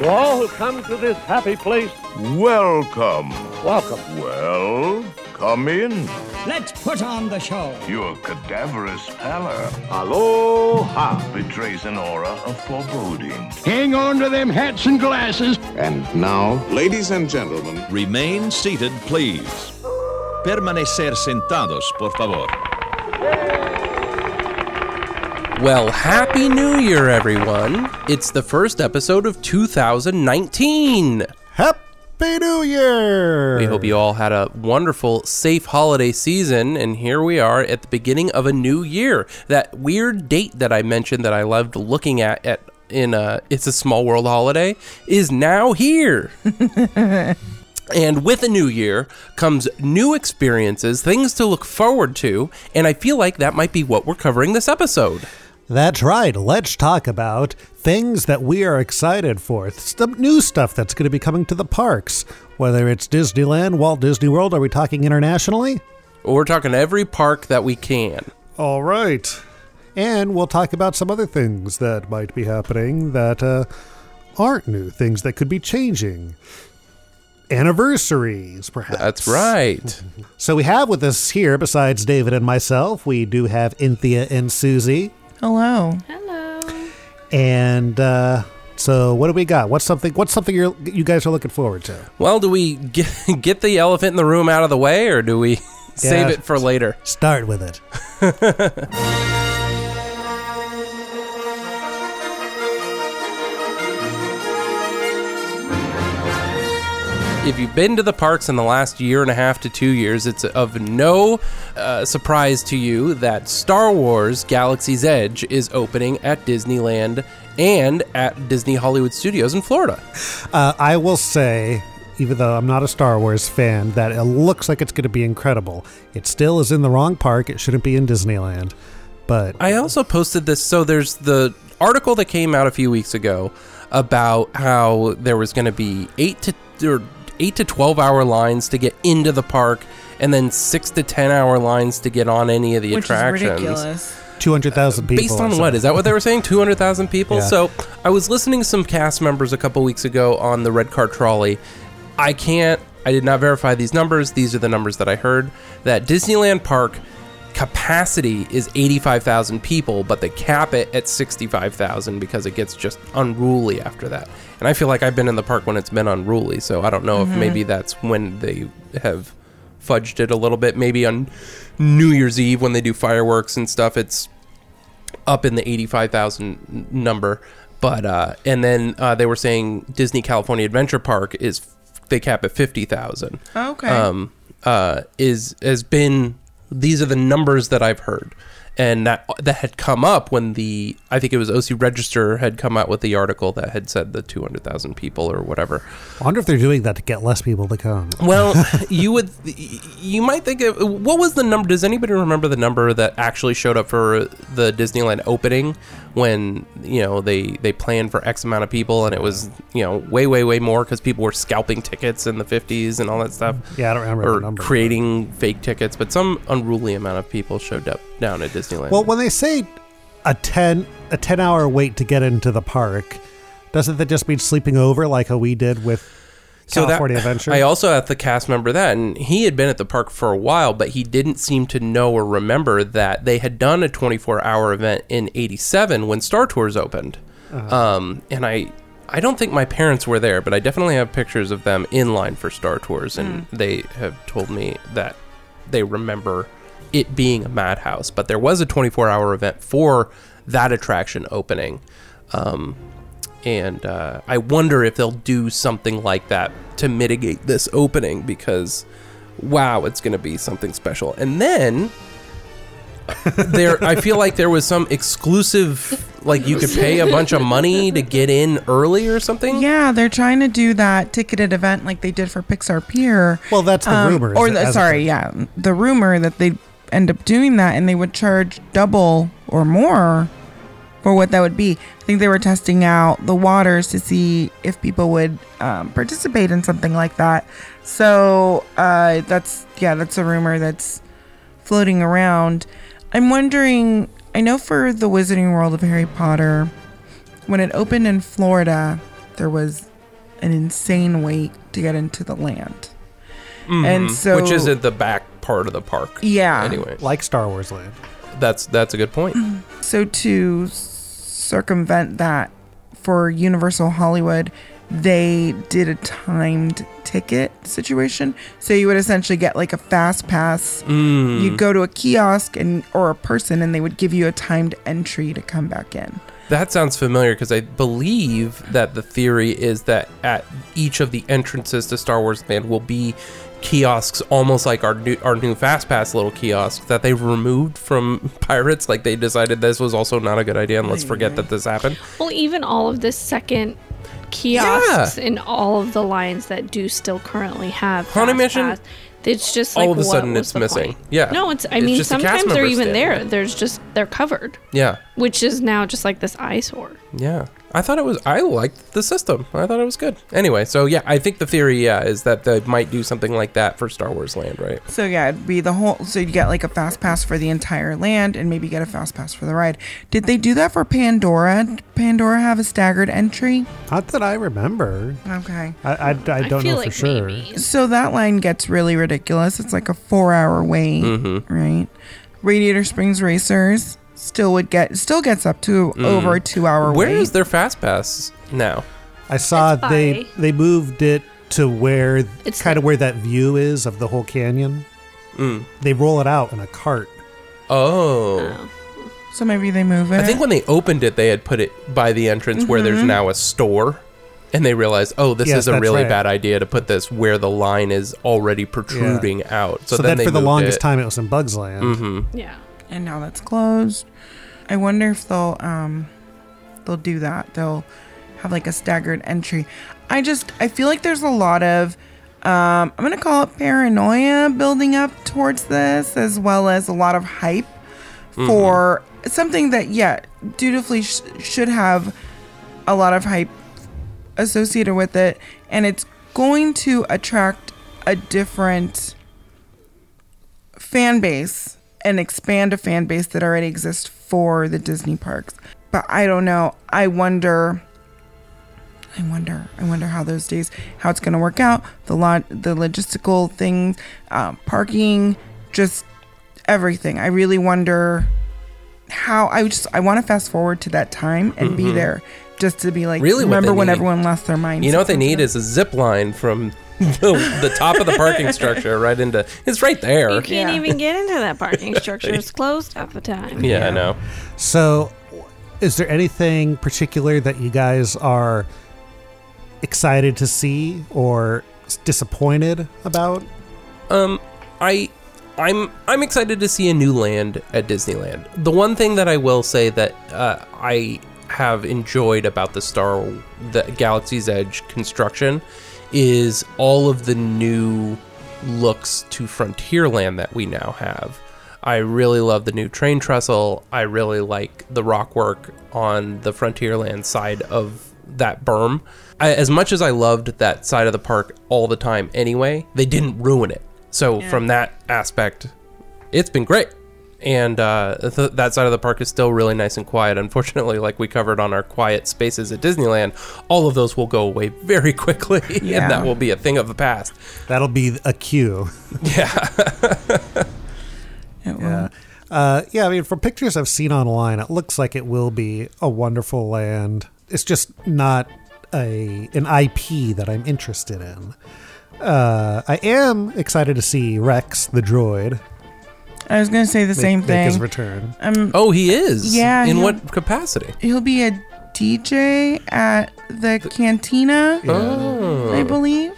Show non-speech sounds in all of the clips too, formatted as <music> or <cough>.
To all who come to this happy place, Welcome. welcome. Well, come in. Let's put on the show. Your cadaverous pallor Aloha. betrays an aura of foreboding. Hang on to them hats and glasses. And now, Ladies and gentlemen, Remain seated, please. Permanecer sentados, por favor. Well, Happy New Year, everyone! It's the first episode of 2019! Happy New Year! We hope you all had a wonderful, safe holiday season, and here we are at the beginning of a new year. That weird date that I mentioned that I loved looking at at in uh, It's a Small World holiday is now here. And with a new year comes new experiences, things to look forward to, and I feel like that might be what we're covering this episode. That's right. Let's talk about things that we are excited for. Some new stuff that's going to be coming to the parks, whether it's Disneyland, Walt Disney World. Are we talking internationally? We're talking every park that we can. All right. And we'll talk about some other things that might be happening that uh, aren't new, things that could be changing. Anniversaries, perhaps. That's right. So we have with us here, besides David and myself, we do have Inthea and Susie. Hello. And uh, so, what do we got? What's something? What's something you you guys are looking forward to? Well, do we get, <laughs> get the elephant in the room out of the way or do we <laughs> save it for later? Start with it. If you've been to the parks in the last year and a half to two years, it's of no uh, surprise to you that Star Wars Galaxy's Edge is opening at Disneyland and at Disney Hollywood Studios in Florida. <laughs> Uh, I will say, even though I'm not a Star Wars fan, that it looks like it's going to be incredible. It still is in the wrong park. It shouldn't be in Disneyland. But I also posted this. So there's the article that came out a few weeks ago about how there was going to be eight to or eight to twelve hour lines to get into the park, and then six to ten hour lines to get on any of the Which is attractions. ridiculous. two hundred thousand people. Based or on what? something. Is that what they were saying? 200,000 people? Yeah. So I was listening to some cast members a couple weeks ago on the red car trolley. I can't, I did not verify these numbers. These are the numbers that I heard that Disneyland Park capacity is 85,000 people, but they cap it at 65,000 because it gets just unruly after that. And I feel like I've been in the park when it's been unruly. So I don't know Mm-hmm. if maybe that's when they have fudged it a little bit. Maybe on New Year's Eve when they do fireworks and stuff, it's up in the 85,000 n- number. But, uh, and then uh, they were saying Disney California Adventure Park is, they cap at 50,000. Okay. Um, uh, is, has been, these are the numbers that I've heard. And that, that had come up when the, I think it was OC Register had come out with the article that had said the 200,000 people or whatever. I wonder if they're doing that to get less people to come. Well, you would, you might think of what was the number? Does anybody remember the number that actually showed up for the Disneyland opening when you know they they planned for X amount of people and it was you know way way way more because people were scalping tickets in the fifties and all that stuff. Yeah, I don't remember the Or number. creating fake tickets, but some unruly amount of people showed up down at Disneyland. Well, when they say a ten a ten hour wait to get into the park, doesn't that just mean sleeping over like how we did with <laughs> California Adventure? I also asked the cast member that, and he had been at the park for a while, but he didn't seem to know or remember that they had done a 24 hour event in '87 when Star Tours opened. Uh-huh. Um, and I, I don't think my parents were there, but I definitely have pictures of them in line for Star Tours, and Mm. they have told me that they remember it being a madhouse. But there was a 24 hour event for that attraction opening. Um, and uh, I wonder if they'll do something like that to mitigate this opening because, wow, it's going to be something special. And then there, I feel like there was some exclusive, like you could pay a bunch of money to get in early or something. yeah, they're trying to do that ticketed event like they did for Pixar Pier. Well, that's the Um, rumor. is Or that- the, as sorry, opposed- yeah, the rumor that they end up doing that and they would charge double or more for what that would be. I think they were testing out the waters to see if people would um, participate in something like that. So uh, that's yeah, that's a rumor that's floating around. I'm wondering. I know for the Wizarding World of Harry Potter, when it opened in Florida, there was an insane wait to get into the land. And so Mm-hmm. which is at the back part of the park. Yeah. Anyway, like Star Wars Land. that's that's a good point. Mm-hmm. So to circumvent that for Universal Hollywood, they did a timed ticket situation. So you would essentially get like a fast pass. Mm. Mm-hmm. You'd go to a kiosk and or a person and they would give you a timed entry to come back in. That sounds familiar because I believe that the theory is that at each of the entrances to Star Wars Land will be kiosks, almost like our new, our new Fast Pass little kiosk that they removed from <laughs> Pirates. Like they decided this was also not a good idea, and let's forget that this happened. Well, even all of the second kiosks in all of the lines that do still currently have Haunted Fast Mansion, Pass, It's just like, all of a what sudden was it's the missing. point? Yeah. No, it's. I It's mean, just a cast sometimes they're member even standing there. there. There's just they're covered, Yeah, which is now just like this eyesore. yeah. I thought it was. I liked the system. I thought it was good. Anyway, so yeah, I think the theory, yeah, is that they might do something like that for Star Wars Land, right? So yeah, it'd be the whole so you get like a fast pass for the entire land and maybe get a fast pass for the ride. Did they do that for Pandora? Did Pandora have a staggered entry? Not that I remember. Okay. I, I, I don't feel know like for sure. maybe. So that line gets really ridiculous. It's like a four hour wait, Mm-hmm. right? Radiator Springs Racers still would get still gets up to over a two hour Where wait. is their Fast Pass now? I saw It's they by- they moved it to where It's kind of the- where that view is of the whole canyon. Mm. They roll it out in a cart. Oh. so maybe they move it. I Eh. think when they opened it, they had put it by the entrance where there's now a store, and they realized, oh, this Mm-hmm. Yes, is a that's really right. bad idea to put this where the line is already protruding out. So, So, then that they for the moved longest it. Mm-hmm. time it was in Bugs Land. Yeah. and now that's closed. I wonder if they'll um they'll do that. They'll have like a staggered entry. I just I feel like there's a lot of um I'm going to call it paranoia building up towards this as well as a lot of hype for something that yeah, dutifully sh- should have a lot of hype associated with it and it's going to attract a different fan base and expand a fan base that already exists for the Disney parks. But I don't know. I wonder. I wonder. I wonder how those days, how it's going to work out. The lot, the logistical things, uh, parking, just everything. I really wonder how. I just I want to fast forward to that time and be there just to be like Mm-hmm. Really what they remember when need- everyone lost their mind. You know what they need is a zip line from <laughs> the, the top of the parking structure right into. It's right You there. can't Yeah. even get <laughs> into that parking structure. It's closed half the time. Yeah, I know. So, is there anything particular that you guys are excited to see or s- disappointed about? Um, I, I'm, I'm excited to see a new land at Disneyland. The one thing that I will say that uh, I have enjoyed about the Star, the Galaxy's Edge construction, is all of the new looks to Frontierland that we now have. I really love the new train trestle. I really like the rock work on the Frontierland side of that berm. I, as much as I loved that side of the park all the time anyway, they didn't ruin it. So, from that aspect, it's been great. And uh, th- that side of the park is still really nice and quiet. Unfortunately, like we covered on our quiet spaces at Disneyland, all of those will go away very <laughs> quickly, Yeah. and that will be a thing of the past. That'll be a cue. <laughs> It will. Uh, yeah, I mean, from pictures I've seen online, it looks like it will be a wonderful land. It's just not a an IP that I'm interested in. Uh, I am excited to see Rex the droid make, I was going to say the same make his thing. Uh, return. Oh, he is. Yeah, In he'll- what capacity? He'll be a DJ at the cantina. Oh. I believe.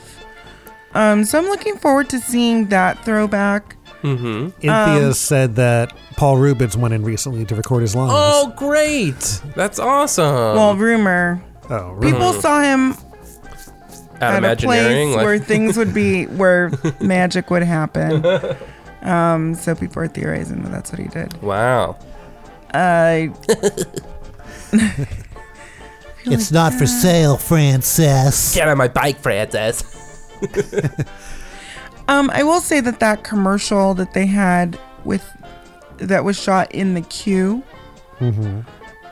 Um, so I'm looking forward to seeing that throwback. Inthea um, said that Paul Rubens went in recently to record his lines. Oh, great! That's awesome. well, rumor Oh, really? people saw him at at a hmm. Imagineering, place like- where things <laughs> would be where magic would happen. Um, so people are theorizing that that's what he did. wow. Uh, It's not for sale, Frances. Get on my bike, Francis. <laughs> um, I will say that that commercial that they had with that was shot in the queue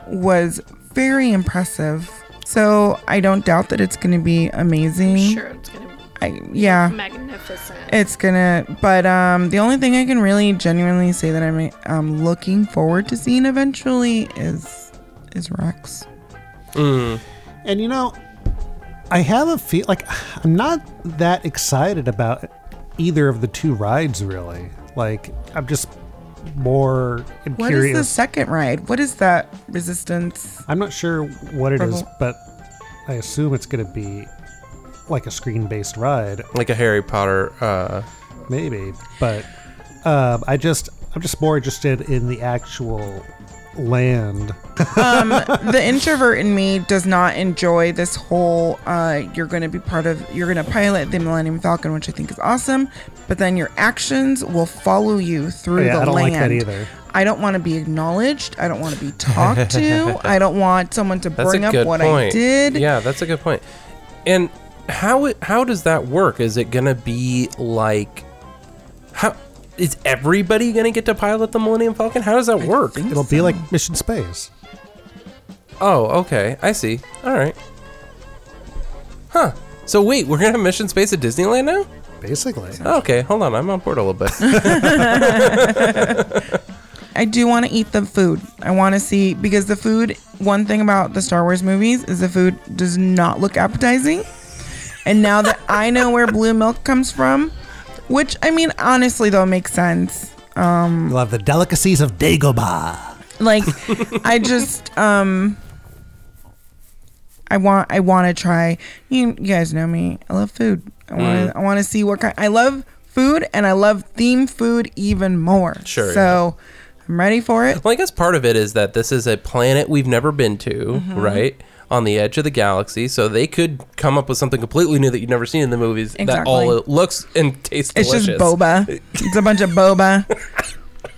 was very impressive. So I don't doubt that it's going to be amazing. Sure, it's gonna be I, yeah. magnificent. It's gonna, but um, the only thing I can really genuinely say that I'm um, looking forward to seeing eventually is is Rex. And you know, I have a feel like I'm not that excited about either of the two rides really. Like I'm just more I'm What is curious. the second ride? What is that resistance? I'm not sure what it is, Purple. but I assume it's going to be like a screen-based ride, Like a Harry Potter. Uh, maybe. But um, I just I'm just more interested in the actual land. the introvert in me does not enjoy this whole uh, you're going to be part of you're going to pilot the millennium falcon which i think is awesome but then your actions will follow you through Oh, Yeah, the I don't like that land either. i don't want to be acknowledged i don't want to be talked <laughs> to i don't want someone to that's bring a up good what point. i did Yeah, that's a good point. And how it, how does that work? Is it gonna be like how is everybody gonna get to pilot the Millennium Falcon? How does that work? It'll be like Mission Space. Oh, okay. I see. All right. Huh. So wait, we're gonna have Mission Space at Disneyland now? Basically, Okay, hold on. I'm on board a little <laughs> bit. I do want to eat the food. I want to see because the food. One thing about the Star Wars movies is the food does not look appetizing. And now that I know where blue milk comes from, which I mean honestly though makes sense. You'll have the delicacies of Dagobah. Like I just um I want I want to try. You, you guys know me. I love food. I want to I want to see what kind. I love food and I love theme food even more. Sure, So I'm ready for it. well, I guess part of it is that this is a planet we've never been to, Mm-hmm. right? On the edge of the galaxy, so they could come up with something completely new that you've never seen in the movies. That Exactly. all looks and tastes It's delicious. just boba. It's a bunch of boba.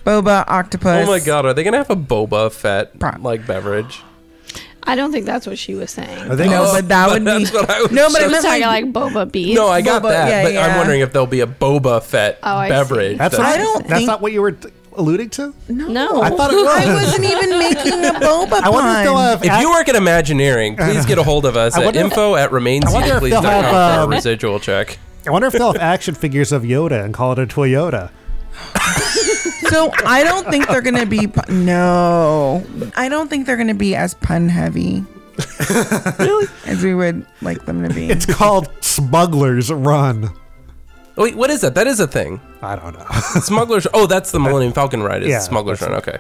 boba octopus. Oh my god, are they gonna have a boba fett Pro- like beverage? I don't think that's what she was saying. I think No, Oh, but that would <laughs> be that's what I was no, but She it was meant talking like, like boba beans. <laughs> No, I got Boba- that, yeah, but I'm yeah. wondering if there'll be a boba fett Oh, I see. beverage. that's what I I don't don't. That's think- not what you were t- alluding to. no. I thought it was. <laughs> I wasn't even making a boba I wonder if they'll pun. have if act- you work at Imagineering, please get a hold of us I at wonder if- info at wonder if they'll have, remainsymplease.com uh, for a um, residual check. I wonder if they'll have action figures of Yoda and call it a Toyota. so I don't think they're gonna be. pu- No, I don't think they're gonna be as pun heavy. As we would like them to be. It's called Smugglers Run. Wait, what is that? That is a thing. I don't know, <laughs> Smugglers. Oh, that's the Millennium Falcon ride. It's Yeah, Smugglers that's Run. Okay.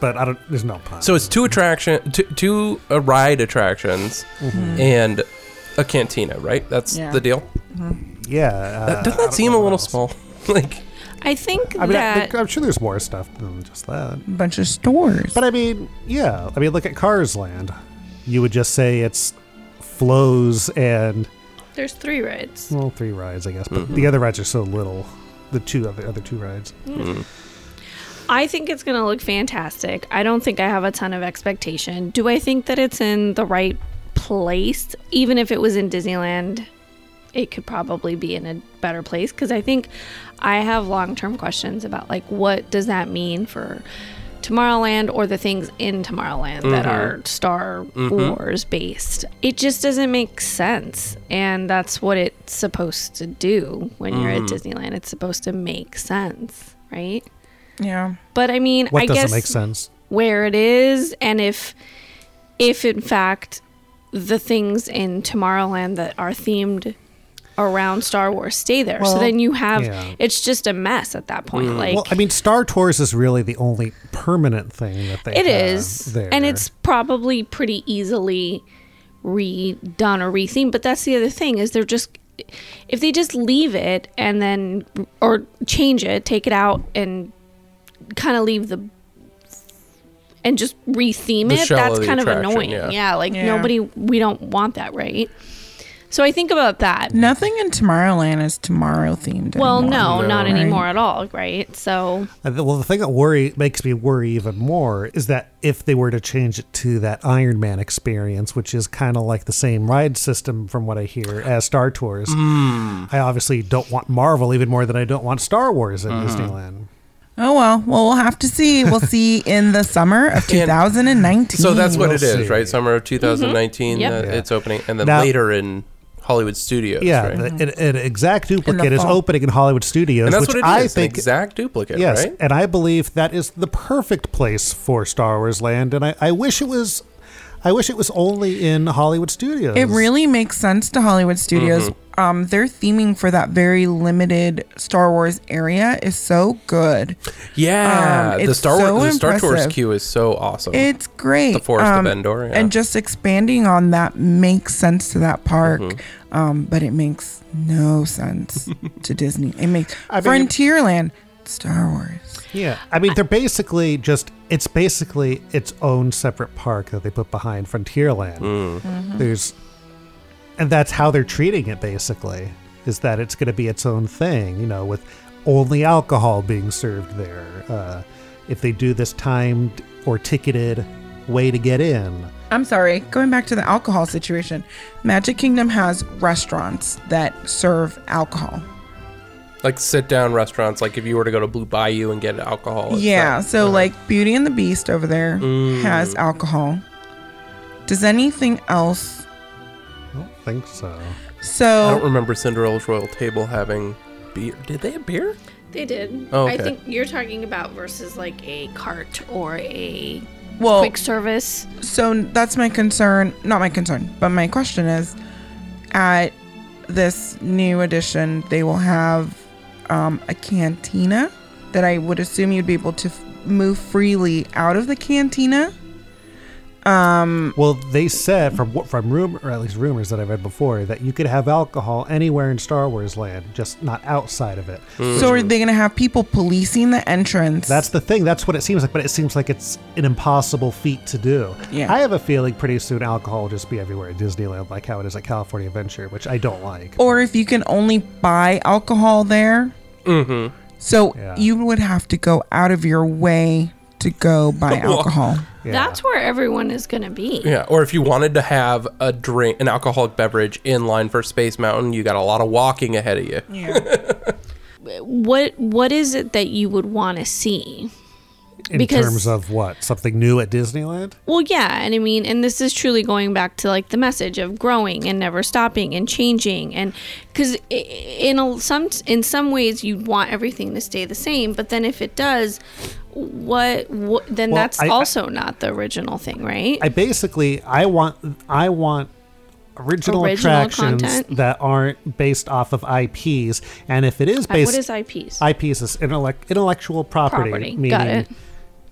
but I don't. There's no pun. So it's two attraction, two, two uh, ride attractions, Mm-hmm. and a cantina. Right. That's Yeah. the deal. yeah, uh, Doesn't that seem a little small? <laughs> like. I think I mean, I, that think- I'm sure there's more stuff than just that. a bunch of stores. But I mean, yeah. I mean, look at Cars Land. You would just say it's flows and uh, there's three rides. well, three rides, I guess. But Mm-hmm. the other rides are so little. The two other other two rides. I think it's going to look fantastic. I don't think I have a ton of expectation. Do I think that it's in the right place? Even if it was in Disneyland, it could probably be in a better place because I think I have long term questions about like what does that mean for Tomorrowland or the things in Tomorrowland that are Star Wars based. It just doesn't make sense. And that's what it's supposed to do when you're at Disneyland. It's supposed to make sense, right? yeah. But I mean, What I doesn't guess make sense? where it is, and if, if in fact, the things in Tomorrowland that are themed around Star Wars stay there. so then you have yeah. it's just a mess at that point. Like Well, I mean, Star Tours is really the only permanent thing that they. have it is, there. and it's probably pretty easily redone or rethemed. But that's the other thing is they're just if they just leave it and then or change it, take it out and kind of leave the and just retheme The it. shell That's of the kind of attraction, annoying. yeah. Yeah, like Yeah. nobody we don't want that, right? So I think about that. Nothing in Tomorrowland is tomorrow themed. Well, anymore. no, not Right. anymore at all, right? So And the- well, the thing that worry makes me worry even more is that if they were to change it to that Iron Man experience, which is kind of like the same ride system from what I hear as Hmm. Star Mm-hmm. Tours, I obviously don't want Marvel even more than I don't want Star Wars in Disneyland. Oh well, well we'll have to see. We'll see in the summer of 2019. So that's what it Mm-hmm. We'll is, see. right? Summer Mm-hmm. of 2019, Yep. uh, it's opening, and then Now- later in Hollywood studios. Yeah, right? the- an, an exact duplicate is fall. opening in Hollywood studios, and that's what which it is. I an think exact duplicate, Yes, <laughs> right? and I believe that is the perfect place for Star Wars Land, and I, I wish it was, I wish it was only in Hollywood studios. It really makes sense to Hollywood Studios. Mm-hmm. Um, their theming for that very limited Star Wars area is so good. Yeah, Um, the it's Star Wars, so the Star Tours impressive. queue is so awesome. It's great. Um, The Forest of Endor, yeah. And just expanding on that makes sense to that park, Mm-hmm. um, but it makes no <laughs> sense to Disney. It makes I mean- Frontierland Star Wars. yeah. I mean, they're basically just it's basically its own separate park that they put behind Frontierland. Mm-hmm. There's, and that's how they're treating it. Basically, is that it's going to be its own thing, you know, with only alcohol being served there. Uh, if they do this timed or ticketed way to get in. I'm sorry, going back to the alcohol situation, Magic Kingdom has restaurants that serve alcohol. like sit down restaurants, like if you were to go to Blue Bayou and get alcohol. it's Yeah, that- Mm. so like Beauty and the Beast over there has alcohol. Does anything else? I don't think so. I don't So remember Cinderella's Royal Table having beer. Did they have beer? They did. Oh, I okay. think you're talking about versus like a cart or a Oh. well, quick service. so that's my concern. Not my concern, but my question is, at this new edition, they will have um, a cantina that I would assume you'd be able to f- move freely out of the cantina. Well, they said from what from rumor or at least rumors that I read before that you could have alcohol anywhere in Star Wars land, just not outside of it. Hmm. So Mm-hmm. are they going to have people policing the entrance? That's the thing. That's what it seems like, but it seems like it's an impossible feat to do. Yeah. I have a feeling pretty soon alcohol will just be everywhere at Disneyland, like how it is at California Adventure, which I don't like. Oh, or if you can only buy alcohol there. Mm-hmm. So Yeah. you would have to go out of your way to go <laughs> buy alcohol. Yeah. That's where everyone is going to be. Yeah, or if you wanted to have a drink, an alcoholic beverage in line for Space Mountain, you got a lot of walking ahead of you. What What is it that you would want to see? in because- terms of what something new at Disneyland. Well, yeah, and I mean, and this is truly going back to like the message of growing and never stopping and changing, and because in a, some in some ways you want everything to stay the same, but then if it does, what, what then Well, that's I- I- also not the original thing, right? I basically I want I want original, Original attractions content. that aren't based off of IPs, and if it is Uh, what based is IPs? IPs is intellect, intellectual property, Property. meaning Got it.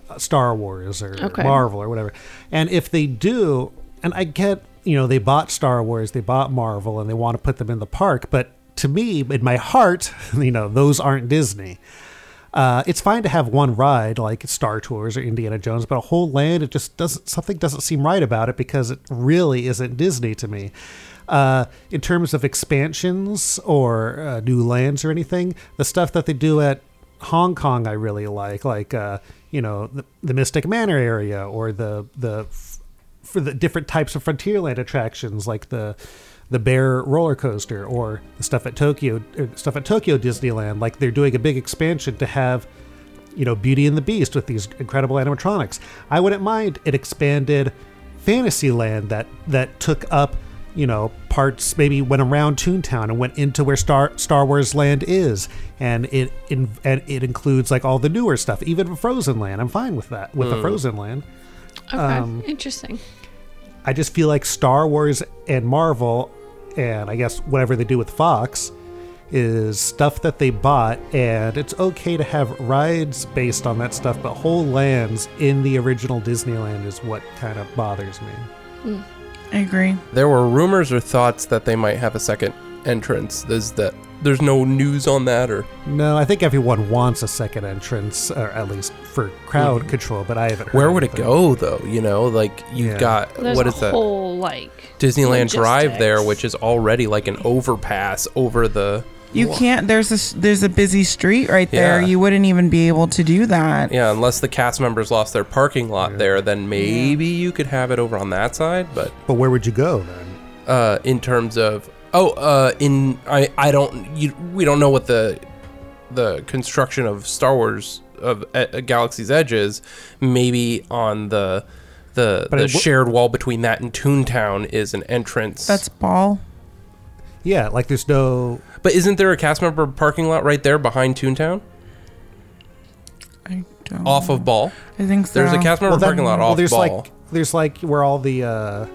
uh, Star Wars or Okay. Marvel or whatever. And if they do, and I get, you know, they bought Star Wars, they bought Marvel, and they want to put them in the park, but to me, in my heart, <laughs> you know, those aren't Disney. Uh, it's fine to have one ride like Star Tours or Indiana Jones, but a whole land, it just doesn't, something doesn't seem right about it because it really isn't Disney to me. Uh, in terms of expansions or uh, new lands or anything, the stuff that they do at Hong Kong, I really like, like, uh, you know, the, the Mystic Manor area or the, the, f- for the different types of Frontierland attractions, like the, the bear roller coaster or the stuff at Tokyo or stuff at Tokyo Disneyland. Like they're doing a big expansion to have, you know, Beauty and the Beast with these incredible animatronics. I wouldn't mind it expanded Fantasyland that that took up, you know, parts maybe went around Toontown and went into where Star Star Wars Land is, and it in, and it includes like all the newer stuff, even Frozen Land. I'm fine with that with the Frozen Land. okay, um, interesting. I just feel like Star Wars and Marvel, and I guess whatever they do with Fox, is stuff that they bought, and it's okay to have rides based on that stuff, but whole lands in the original Disneyland is what kind of bothers me. I agree. There were rumors or thoughts that they might have a second entrance. There's that. There's no news on that, or No, I think everyone wants a second entrance, or at least for crowd control, but I haven't heard Mm-hmm. where would it anything. go though? You know, like you've Yeah. got There's what a is that? whole like Disneyland Drive there, logistics. which is already like an overpass over the. You can't. There's a s- there's a busy street right there. Yeah. You wouldn't even be able to do that. Yeah, unless the cast members lost their parking lot there, then maybe you could have it over on that side. But But where would you go then? uh, in terms of oh, uh, in I I don't you, we don't know what the the construction of Star Wars of uh, Galaxy's Edge is, maybe on the the, But the it wo- shared wall between that and Toontown is an entrance. That's ball. Yeah, like there's no. but isn't there a cast member parking lot right there behind Toontown? I don't. Off of Ball, I think so. there's a cast member then- parking lot off there's Ball. like there's like where all the uh,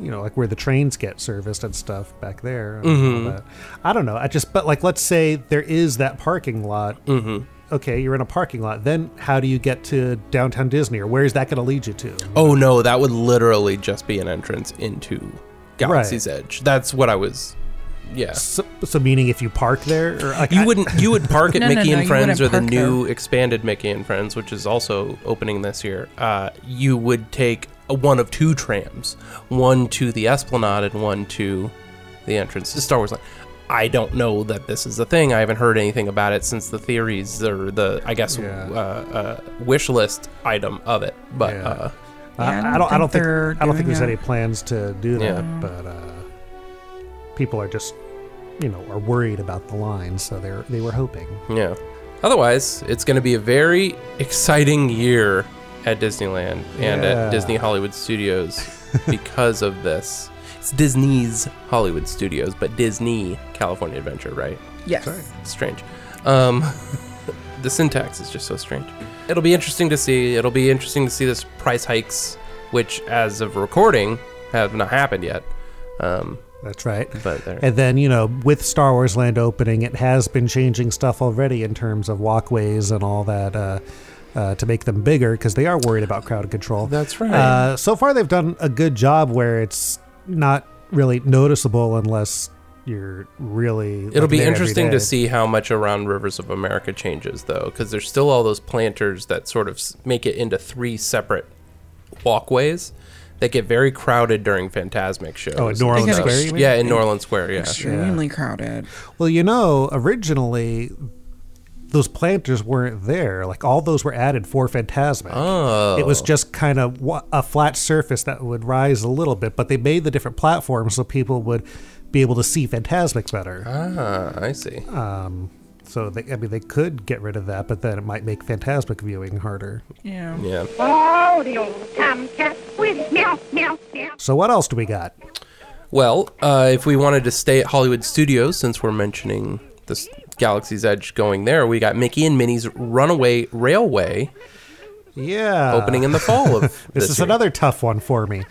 you know like where the trains get serviced and stuff back there. and all Mm-hmm. that. I don't know. I just but like let's say there is that parking lot. Mm-hmm. Okay, you're in a parking lot. Then how do you get to downtown Disney or where is that going to lead you to? Oh no, that would literally just be an entrance into Galaxy's Edge. That's what I was. Yeah, So, so meaning if you park there or like you I- wouldn't. You would park at <laughs> No, no, Mickey no, and you Friends wouldn't or the park new expanded Mickey and Friends, which is also opening this year. Uh, you would take a, one of two trams, one to the Esplanade and one to the entrance to Star Wars Land. I don't know that this is a thing. I haven't heard anything about it since the theories or the, I guess, Yeah. uh, uh, wish list item of it. But Yeah. uh, Yeah, I, I don't. I don't think. they're I don't think doing there's it. any plans to do Yeah. that. But uh, people are just, you know, are worried about the line, so they're they were hoping. Yeah. Otherwise, it's going to be a very exciting year at Disneyland and Yeah. at Disney Hollywood Studios <laughs> because of this. It's Disney's Hollywood Studios, but Disney California Adventure, right? Yes. strange. Um, <laughs> the syntax is just so strange. It'll be interesting to see. It'll be interesting to see this price hikes, which as of recording have not happened yet. Um, That's right. but there. And then, you know, with Star Wars Land opening, it has been changing stuff already in terms of walkways and all that uh, uh, to make them bigger because they are worried about crowd control. That's right. Uh, so far, they've done a good job where it's not really noticeable unless you're really. It'll like, be there every interesting to day. see how much around Rivers of America changes, though, because there's still all those planters that sort of s- make it into three separate walkways that get very crowded during Fantasmic shows. Oh, at New Orleans They get Square, you mean? Yeah, in New Orleans Square. Yeah. Extremely crowded. Well, you know, originally those planters weren't there. Like all those were added for Fantasmic. Oh. It was just kind of wa- a flat surface that would rise a little bit, but they made the different platforms so people would be able to see Fantasmic better. Ah, I see. So they, I mean, they could get rid of that, but then it might make Fantasmic viewing harder. Yeah. yeah. Oh, the old tomcat with meow, meow, meow. So what else do we got? Well, uh, if we wanted to stay at Hollywood Studios, since we're mentioning this Galaxy's Edge going there, we got Mickey and Minnie's Runaway Railway Yeah, opening <laughs> in the fall of This, this is year. another tough one for me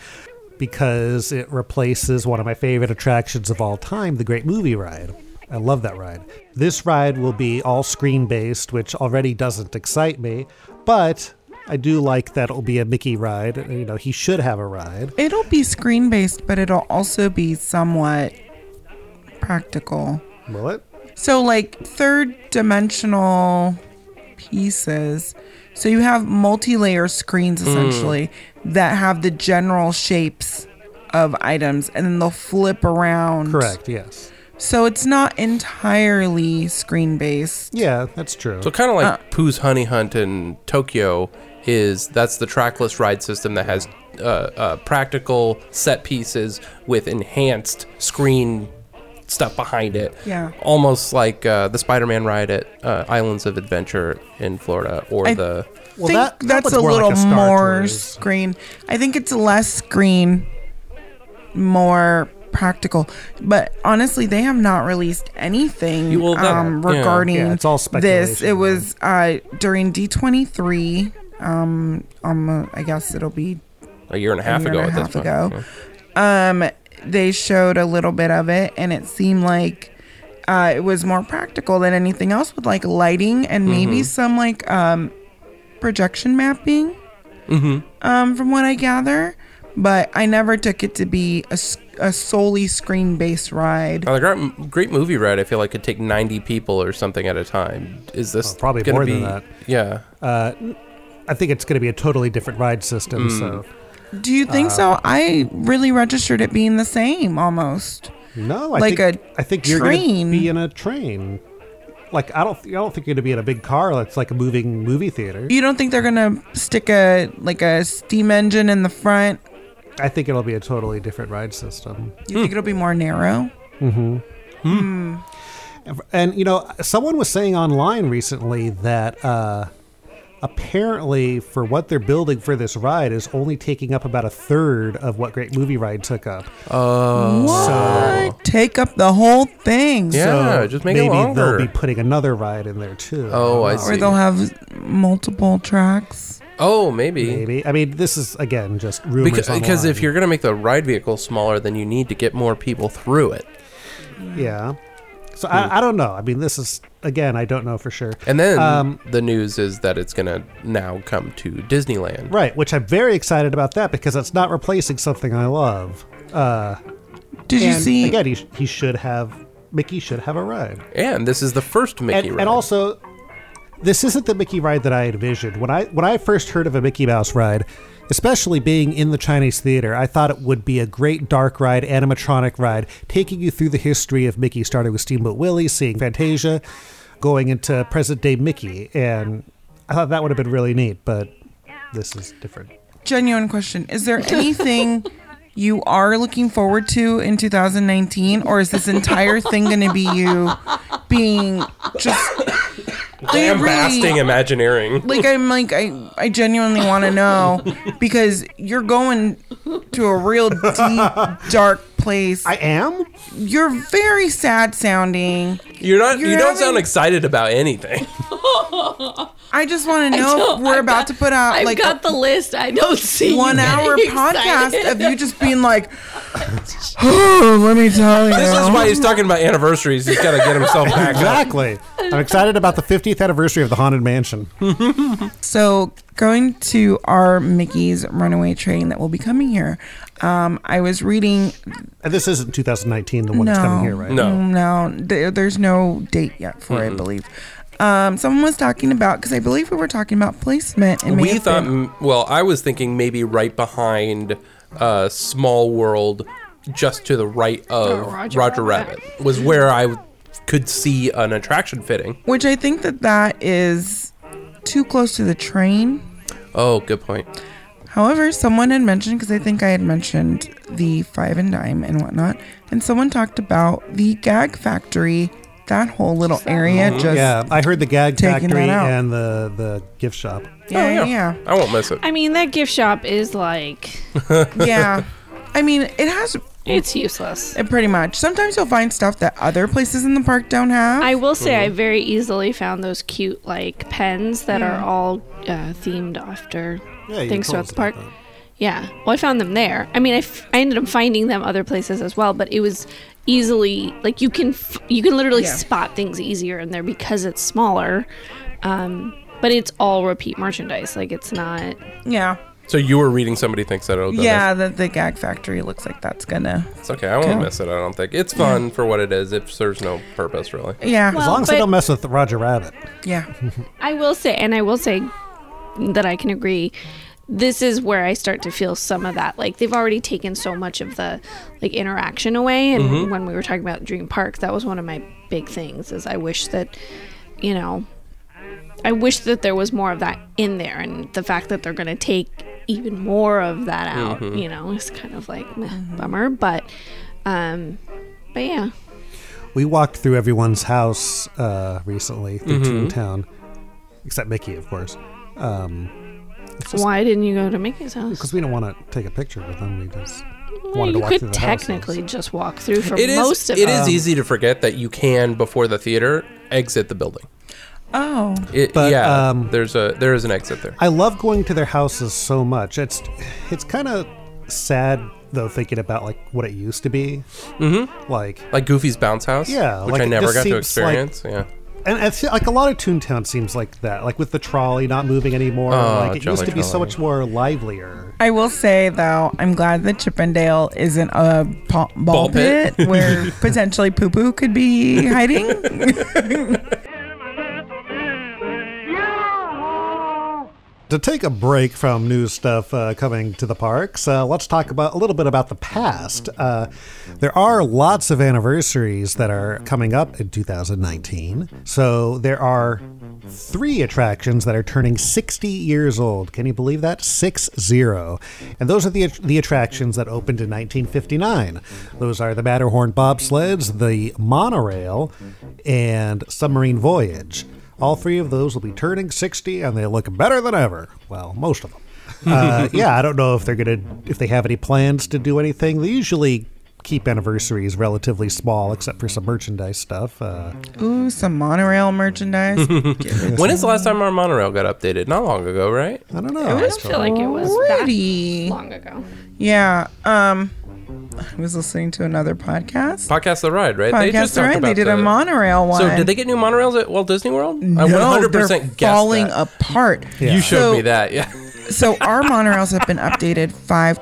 because it replaces one of my favorite attractions of all time, the Great Movie Ride. I love that ride. This ride will be all screen based, which already doesn't excite me, but I do like that it'll be a Mickey ride. You know, he should have a ride. It'll be screen based, but it'll also be somewhat practical. Will it? So, like third dimensional pieces. So, you have multi layer screens essentially that have the general shapes of items and then they'll flip around. Correct, yes. So, it's not entirely screen based. Yeah, that's true. So kind of Uh. like Pooh's Honey Hunt in Tokyo is that's the trackless ride system that has uh, uh, practical set pieces with enhanced screen stuff behind it. Yeah. Almost like uh, the Spider-Man ride at uh, Islands of Adventure in Florida, or I- the Well, think that- that that's one's a more like little a Star more Tours. screen. I think it's less screen, more practical. But honestly, they have not released anything Well, that- um, yeah. regarding Yeah, it's all this. speculation, It was uh, during D23. Um, um, uh, I guess it'll be a year and a a half year ago and a at this half point. ago. Um, they showed a little bit of it, and it seemed like uh, it was more practical than anything else with like lighting and Mm-hmm. maybe some like um, projection mapping. Mm-hmm. Um, from what I gather, but I never took it to be a, s- a solely screen based ride. Now, the great, great movie ride, I feel like could take 90 people or something at a time. Is this Oh, probably gonna more than be- that. Uh, Yeah. I think it's going to be a totally different ride system. So, Do you uh. think so? I really registered it being the same almost. no, I Like think, a I think you're going train. to be in a train. Like I don't, I don't think you're going to be in a big car. That's like a moving movie theater. You don't think they're gonna stick a like a steam engine in the front I think it'll be a totally different ride system. You Hmm. think it'll be more narrow? And you know, someone was saying online recently that uh, apparently for what they're building for this ride is only taking up about a third of what Great Movie Ride took up. Oh. So- Take up the whole thing. Yeah, just make it maybe longer. they'll be putting another ride in there too. Oh, I see. Or they'll have multiple tracks. Oh, maybe. Maybe. I mean, this is again just rumors. Because, because if you're going to make the ride vehicle smaller, then you need to get more people through it. online. yeah, so Hmm. I, I don't know. I mean, this is again, I don't know for sure. And then Um, the news is that it's going to now come to Disneyland. right, which I'm very excited about that because it's not replacing something I love. Uh, Did you and see? Again, he, sh- he should have Mickey should have a ride. And this is the first Mickey and, ride. and also this isn't the Mickey ride that I envisioned. When I when I first heard of a Mickey Mouse ride, especially being in the Chinese theater, I thought it would be a great dark ride, animatronic ride, taking you through the history of Mickey, starting with Steamboat Willie, seeing Fantasia, going into present day Mickey, and I thought that would have been really neat, but this is different. Genuine question. Is there anything you are looking forward to in 2019? Or is this entire thing going to be you being <coughs> just. they really- Lambasting Imagineering. like I'm like I I genuinely want to know because you're going to a <laughs> real deep dark place. I am? you're very sad sounding. You're not. You're You're you do not having- sound excited about <laughs> anything. I <laughs> just want to know if don't- we're I've got- about to put out I've like got the list. I don't see a you one getting <laughs> hour podcast excited. of you just <laughs> being like, oh, let me tell you. This is why he's talking about anniversaries. He's got to get himself back up. Exactly. I'm excited about the 50th anniversary of the Haunted Mansion. So going to our Mickey's Runaway Train that will be coming here. Um, I was reading mm, And this isn't 2019, the one that's coming here, right? No. No, there, there's no date yet for Mm-hmm. it, I believe. Um, someone was talking about because I believe we were talking about placement. It may We have thought. been- m- Well, I was thinking maybe right behind uh, Small World, just to the right of Oh, Roger, Roger Rabbit. Rabbit. was where I w- could see an attraction fitting. which I think that that is too close to the train. Oh, good point. However, someone had mentioned because I think I had mentioned the five and dime and whatnot, and someone talked about the gag factory. That whole little area just Yeah, I heard the gag Taking that factory out. and the, the gift shop. yeah, oh, yeah. I won't miss it. I mean, that gift shop is like yeah. I mean, it has it's useless. it pretty much. Sometimes you'll find stuff that other places in the park don't have. I will say I very easily found those cute like pens that are all uh, themed after Yeah, you things told throughout us the park. about that. Yeah, well, I found them there. I mean, I, f- I ended up finding them other places as well, but it was easily like you can f- you can literally Yeah. spot things easier in there because it's smaller. Um, but it's all repeat merchandise. Like it's not. yeah. So you were reading somebody thinks that it'll go Yeah, that the gag factory looks like that's gonna. It's okay. I won't miss it. I don't think it's fun for what it is. If serves no purpose, really. Yeah, As Well- long as they but- don't mess with Roger Rabbit. yeah. I will say, and I will say that I can agree. This is where I start to feel some of that. Like they've already taken so much of the like interaction away. And when we were talking about Dream Park, that was one of my big things. Is I wish that, you know, I wish that there was more of that in there. And the fact that they're going to take even more of that out, you know, is kind of like meh, bummer. But, um, but yeah, We walked through everyone's house uh, recently, through Mm-hmm. Toontown, except Mickey, of course, because why didn't you go to Mickey's house? we don't want to take a picture with them. We just Well, wanted to you walk through could the houses. technically just walk through for It is. most of it it. is easy to forget that you can before the theater exit the building. Oh, It, But, yeah, um, there's a there is an exit there. I love going to their houses so much. It's it's kind of sad though, thinking about like what it used to be. Mm-hmm. Like, Like Goofy's bounce house. Yeah, which like, I it never just got to seems like- experience. yeah. and I feel like a lot of Toontown seems like that. Like with the trolley not moving anymore. Oh, like it used Jolly to be so Trolley. much more livelier. I will say though, I'm glad that Chippendale isn't a pa- ball, Ball pit. pit, where potentially poo poo could be hiding. To take a break from new stuff uh, coming to the parks, uh, let's talk about a little bit about the past. Uh, there are lots of anniversaries that are coming up in 2019. So there are three attractions that are turning 60 years old. Can you believe that? Six zero. And those are the the attractions that opened in 1959. Those are the Matterhorn bobsleds, the monorail, and submarine voyage. All three of those will be turning 60 and they look better than ever. Well, most of them. Uh, yeah, I don't know if they're going to, if they have any plans to do anything. They usually keep anniversaries relatively small, except for some merchandise stuff. Uh, Ooh, some <laughs> monorail merchandise. when is the last time our monorail got updated? Not long ago, right? I don't I don't feel like it was Alrighty. that long ago. yeah. Um, I was listening to another podcast. Podcast the ride, right? Podcast the talked Ride. They about did a the- monorail one. So did they get new monorails at Walt Disney World? I no, 100% they're guessed falling that. apart. You showed So- me that. Yeah. so our monorails have been updated five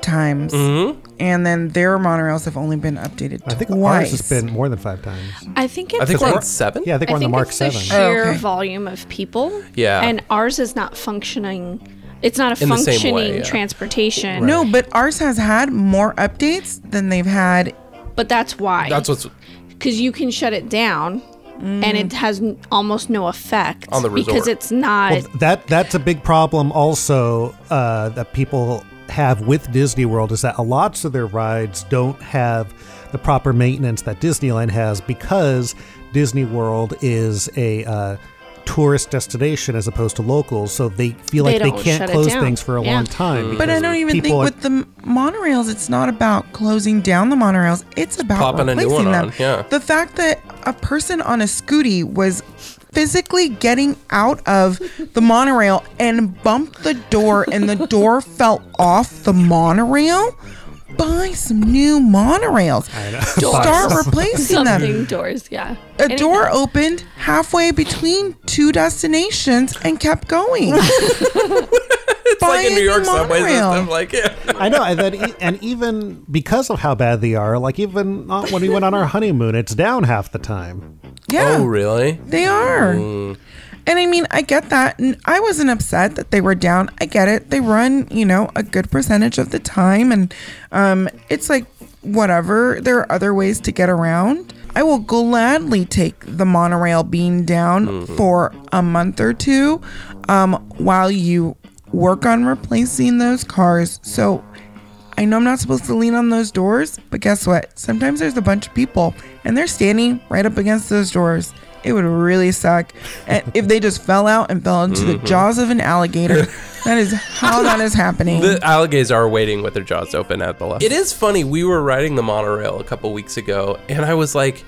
<laughs> times, Mm-hmm. and then their monorails have only been updated I think ours twice. has been more than five times. I think it's I think the- we're on seven. Yeah, I think we're on the Mark it's 7. The sheer Oh, okay. volume of people. Yeah. And ours is not functioning. It's not a In the same way, functioning yeah. transportation. no, but ours has had more updates than they've had. But that's why. That's what's because you can shut it down, and it has n- almost no effect On the because resort. it's not. Well, that that's a big problem also uh, that people have with Disney World is that a lots of their rides don't have the proper maintenance that Disneyland has because Disney World is a uh, tourist destination as opposed to local, so they feel They like they don't can't shut it close down. things for a Yeah. long time. But I because don't even people think are- with the m- monorails, it's not about closing down the monorails. It's about Popping a new replacing one them. on, yeah. The fact that a person on a scooty was physically getting out of the monorail and bumped the door, <laughs> and the door fell off the monorail. Buy some new monorails. Start replacing them. Something doors, yeah. A Anything. door opened halfway between two destinations and kept going. <laughs> it's like in New York subway system. Like, yeah. I know, and, then, e- and even because of how bad they are, like even uh, when we went on our honeymoon, it's down half the time. Yeah, <laughs> Oh, really? they are. And I mean, I get that. And I wasn't upset that they were down. I get it. They run, you know, a good percentage of the time. And um, it's like, whatever. There are other ways to get around. I will gladly take the monorail being down for a month or two um, while you work on replacing those cars. So I know I'm not supposed to lean on those doors, but guess what? Sometimes there's a bunch of people and they're standing right up against those doors. It would really suck. And if they just fell out and fell into the jaws of an alligator, that is how that is happening. The alligators are waiting with their jaws open at the left. It is funny. We were riding the monorail a couple weeks ago, and I was like,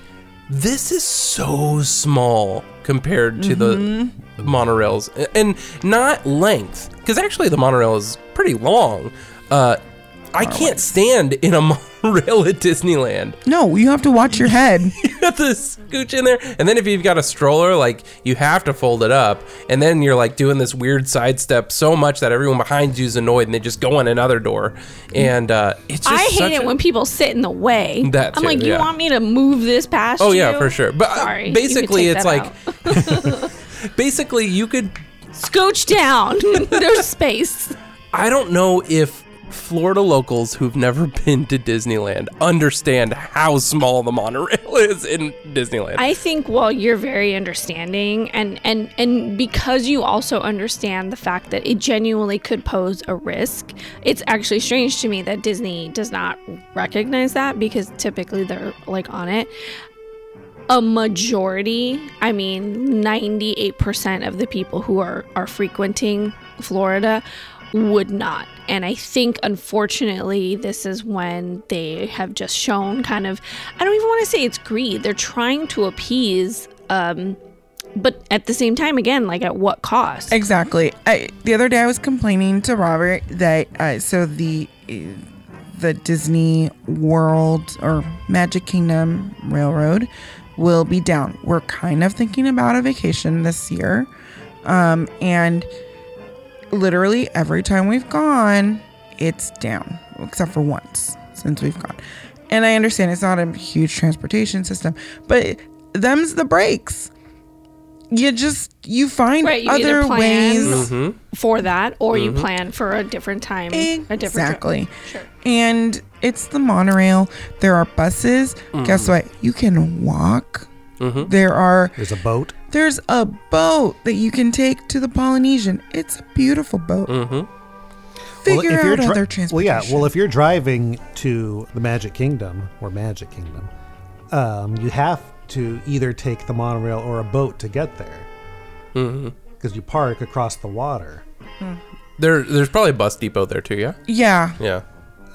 "This is so small compared to the monorails, A- and not length, because actually the monorail is pretty long." Uh, I can't stand in a <laughs> monorail at Disneyland. no, you have to watch your head. <laughs> You have to scooch in there, and then if you've got a stroller, like you have to fold it up, and then you're like doing this weird sidestep so much that everyone behind you is annoyed, and they just go in another door, and uh, it's just I hate such it a- when people sit in the way. That I'm too, like, you yeah. want me to move this past? Oh yeah, you?" for sure. But uh, Sorry, you could basically, take it's that like out. <laughs> <laughs> basically you could. scooch <laughs> down. There's space. I don't know if Florida locals who've never <laughs> been to Disneyland understand how small the monorail <laughs> is in Disneyland. I think well you're very understanding and and and because you also understand the fact that it genuinely could pose a risk. It's actually strange to me that Disney does not recognize that because typically they're like on it. A majority, I mean 98% of the people who are are frequenting Florida would not. And I think unfortunately this is when they have just shown kind of I don't even want to say it's greed. They're trying to appease um but at the same time again like at what cost? Exactly. I, the other day, I was complaining to Robert that uh, so the eh, the Disney World or Magic Kingdom Railroad will be down. We're kind of thinking about a vacation this year, um, and literally every time we've gone, it's down, except for once since we've gone. And I understand it's not a huge transportation system, but them's the breaks. You just you find Right, you other either plan ways. Mm-hmm. for that or you plan for a different time, a different trip. Exactly. And it's the monorail. There are buses. Guess what? You can walk. There are There's a boat. there's a boat that you can take to the Polynesian. It's a beautiful boat. Figure if you're out dri- other Well, transportation. yeah. Well, if you're driving to the Magic Kingdom or Magic Kingdom, um, you have to either take the monorail or a boat to get there. Mhm. because you park across the water. There, there's probably a bus depot there too. Yeah. Yeah. Yeah.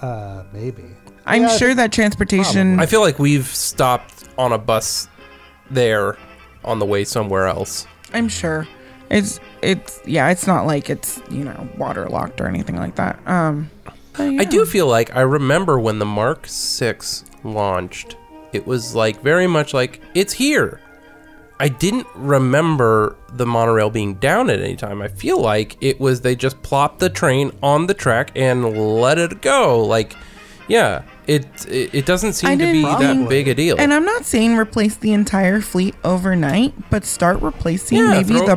Uh, maybe. I'm Yeah, sure that transportation. I feel like we've stopped on a bus there on the way somewhere else. I'm sure. It's it's yeah. It's not like it's you know waterlocked or anything like that. Um. but yeah. I do feel like I remember when the Mark 6 launched, it was like very much like it's here. I didn't remember the monorail being down at any time. I feel like it was they just plopped the train on the track and let it go. Like, yeah, it it, it doesn't seem to be that think- big a deal. And I'm not saying replace the entire fleet overnight, but start replacing Yeah, maybe throw- the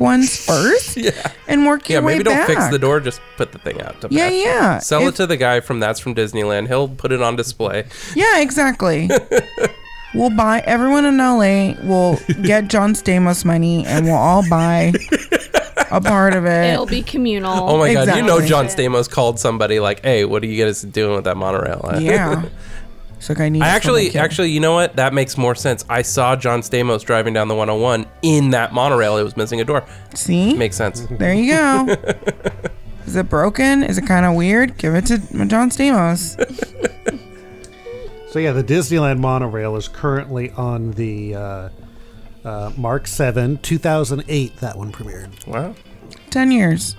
<laughs> ones first yeah. and work your Yeah, way maybe don't back. fix the door. Just put the thing out. To Yeah, pasture. yeah. Sell If- it to the guy from That's from Disneyland. He'll put it on display. <laughs> Yeah, exactly. we'll buy everyone in LA <laughs> will get John Stamos money and we'll all buy a part of it. It'll be communal. Oh my god! You know Exactly. John Stamos called somebody like, "Hey, what are you guys doing with that monorail?" yeah. So I need I it for my actually, kid. actually, you know what? That makes more sense. I saw John Stamos driving down the 101 in that monorail. It was missing a door. see Makes sense. there <laughs> you go. Is it broken? Is it kind of weird? Give it to John Stamos. So yeah, the Disneyland monorail is currently on the uh, uh, Mark Seven, 2008. That one premiered. Wow. Ten years.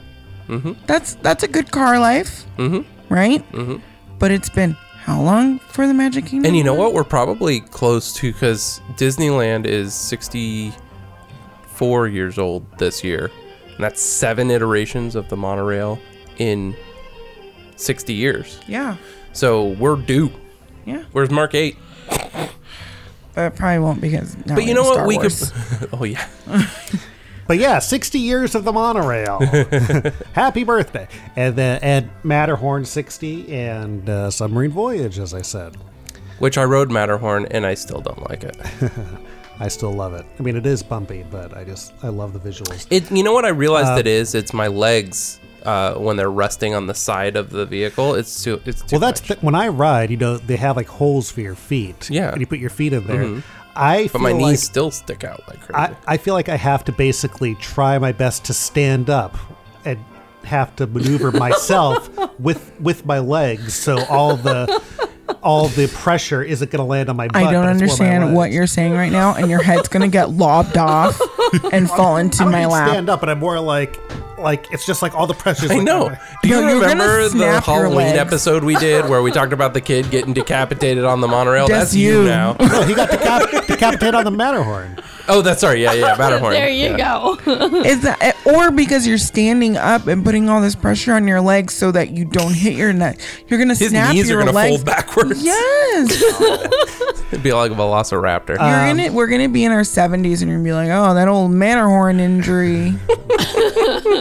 Mhm. That's that's a good car life, Mhm. right? Mhm. But it's been how long for the Magic Kingdom? And you know what? We're probably close to because Disneyland is 64 years old this year. And that's seven iterations of the monorail in 60 years. Yeah, So we're due. yeah. Where's Mark 8? But it probably won't because. now But we you know have what? Star we Wars. could. <laughs> oh, yeah. But yeah, 60 years of <laughs> the monorail. Happy birthday! And then and Matterhorn 60 and uh, Submarine Voyage, as I said. Which I rode Matterhorn and I still don't like it. I still love it. I mean, it is bumpy, but I just I love the visuals. It, you know what I realized Uh, it is? It's my legs uh, when they're resting on the side of the vehicle. It's too. It's too Well, that's much. th- when I ride. You know, they have like holes for your feet. Yeah. Mm-hmm. and you put your feet in there. I but my feel knees like still stick out like crazy. I, I feel like I have to basically try my best to stand up and have to maneuver myself with with my legs so all the all the pressure isn't going to land on my butt. I don't but it's more my understand what legs. you're saying right now, and your head's <laughs> gonna get lobbed off and fall into I don't my even lap. stand up and I'm more like like it's just like all the pressure's I like know. <laughs> Do you No, you're gonna remember the snap your Halloween legs. episode we did where we talked about the kid getting decapitated on the monorail? That's That's you, you. now. No, he got decap- decapitated on the Matterhorn. Oh, that's sorry. Yeah, yeah, Matterhorn. There you Yeah. go. Is that eh, or because you're standing up and putting all this pressure on your legs so that you don't hit your neck? You're gonna His snap knees are your gonna legs. fold backwards. Yes. <laughs> It'd be like a velociraptor. You're gonna we're gonna be in our seventies and you're gonna be like, oh, that old <laughs> Matterhorn injury.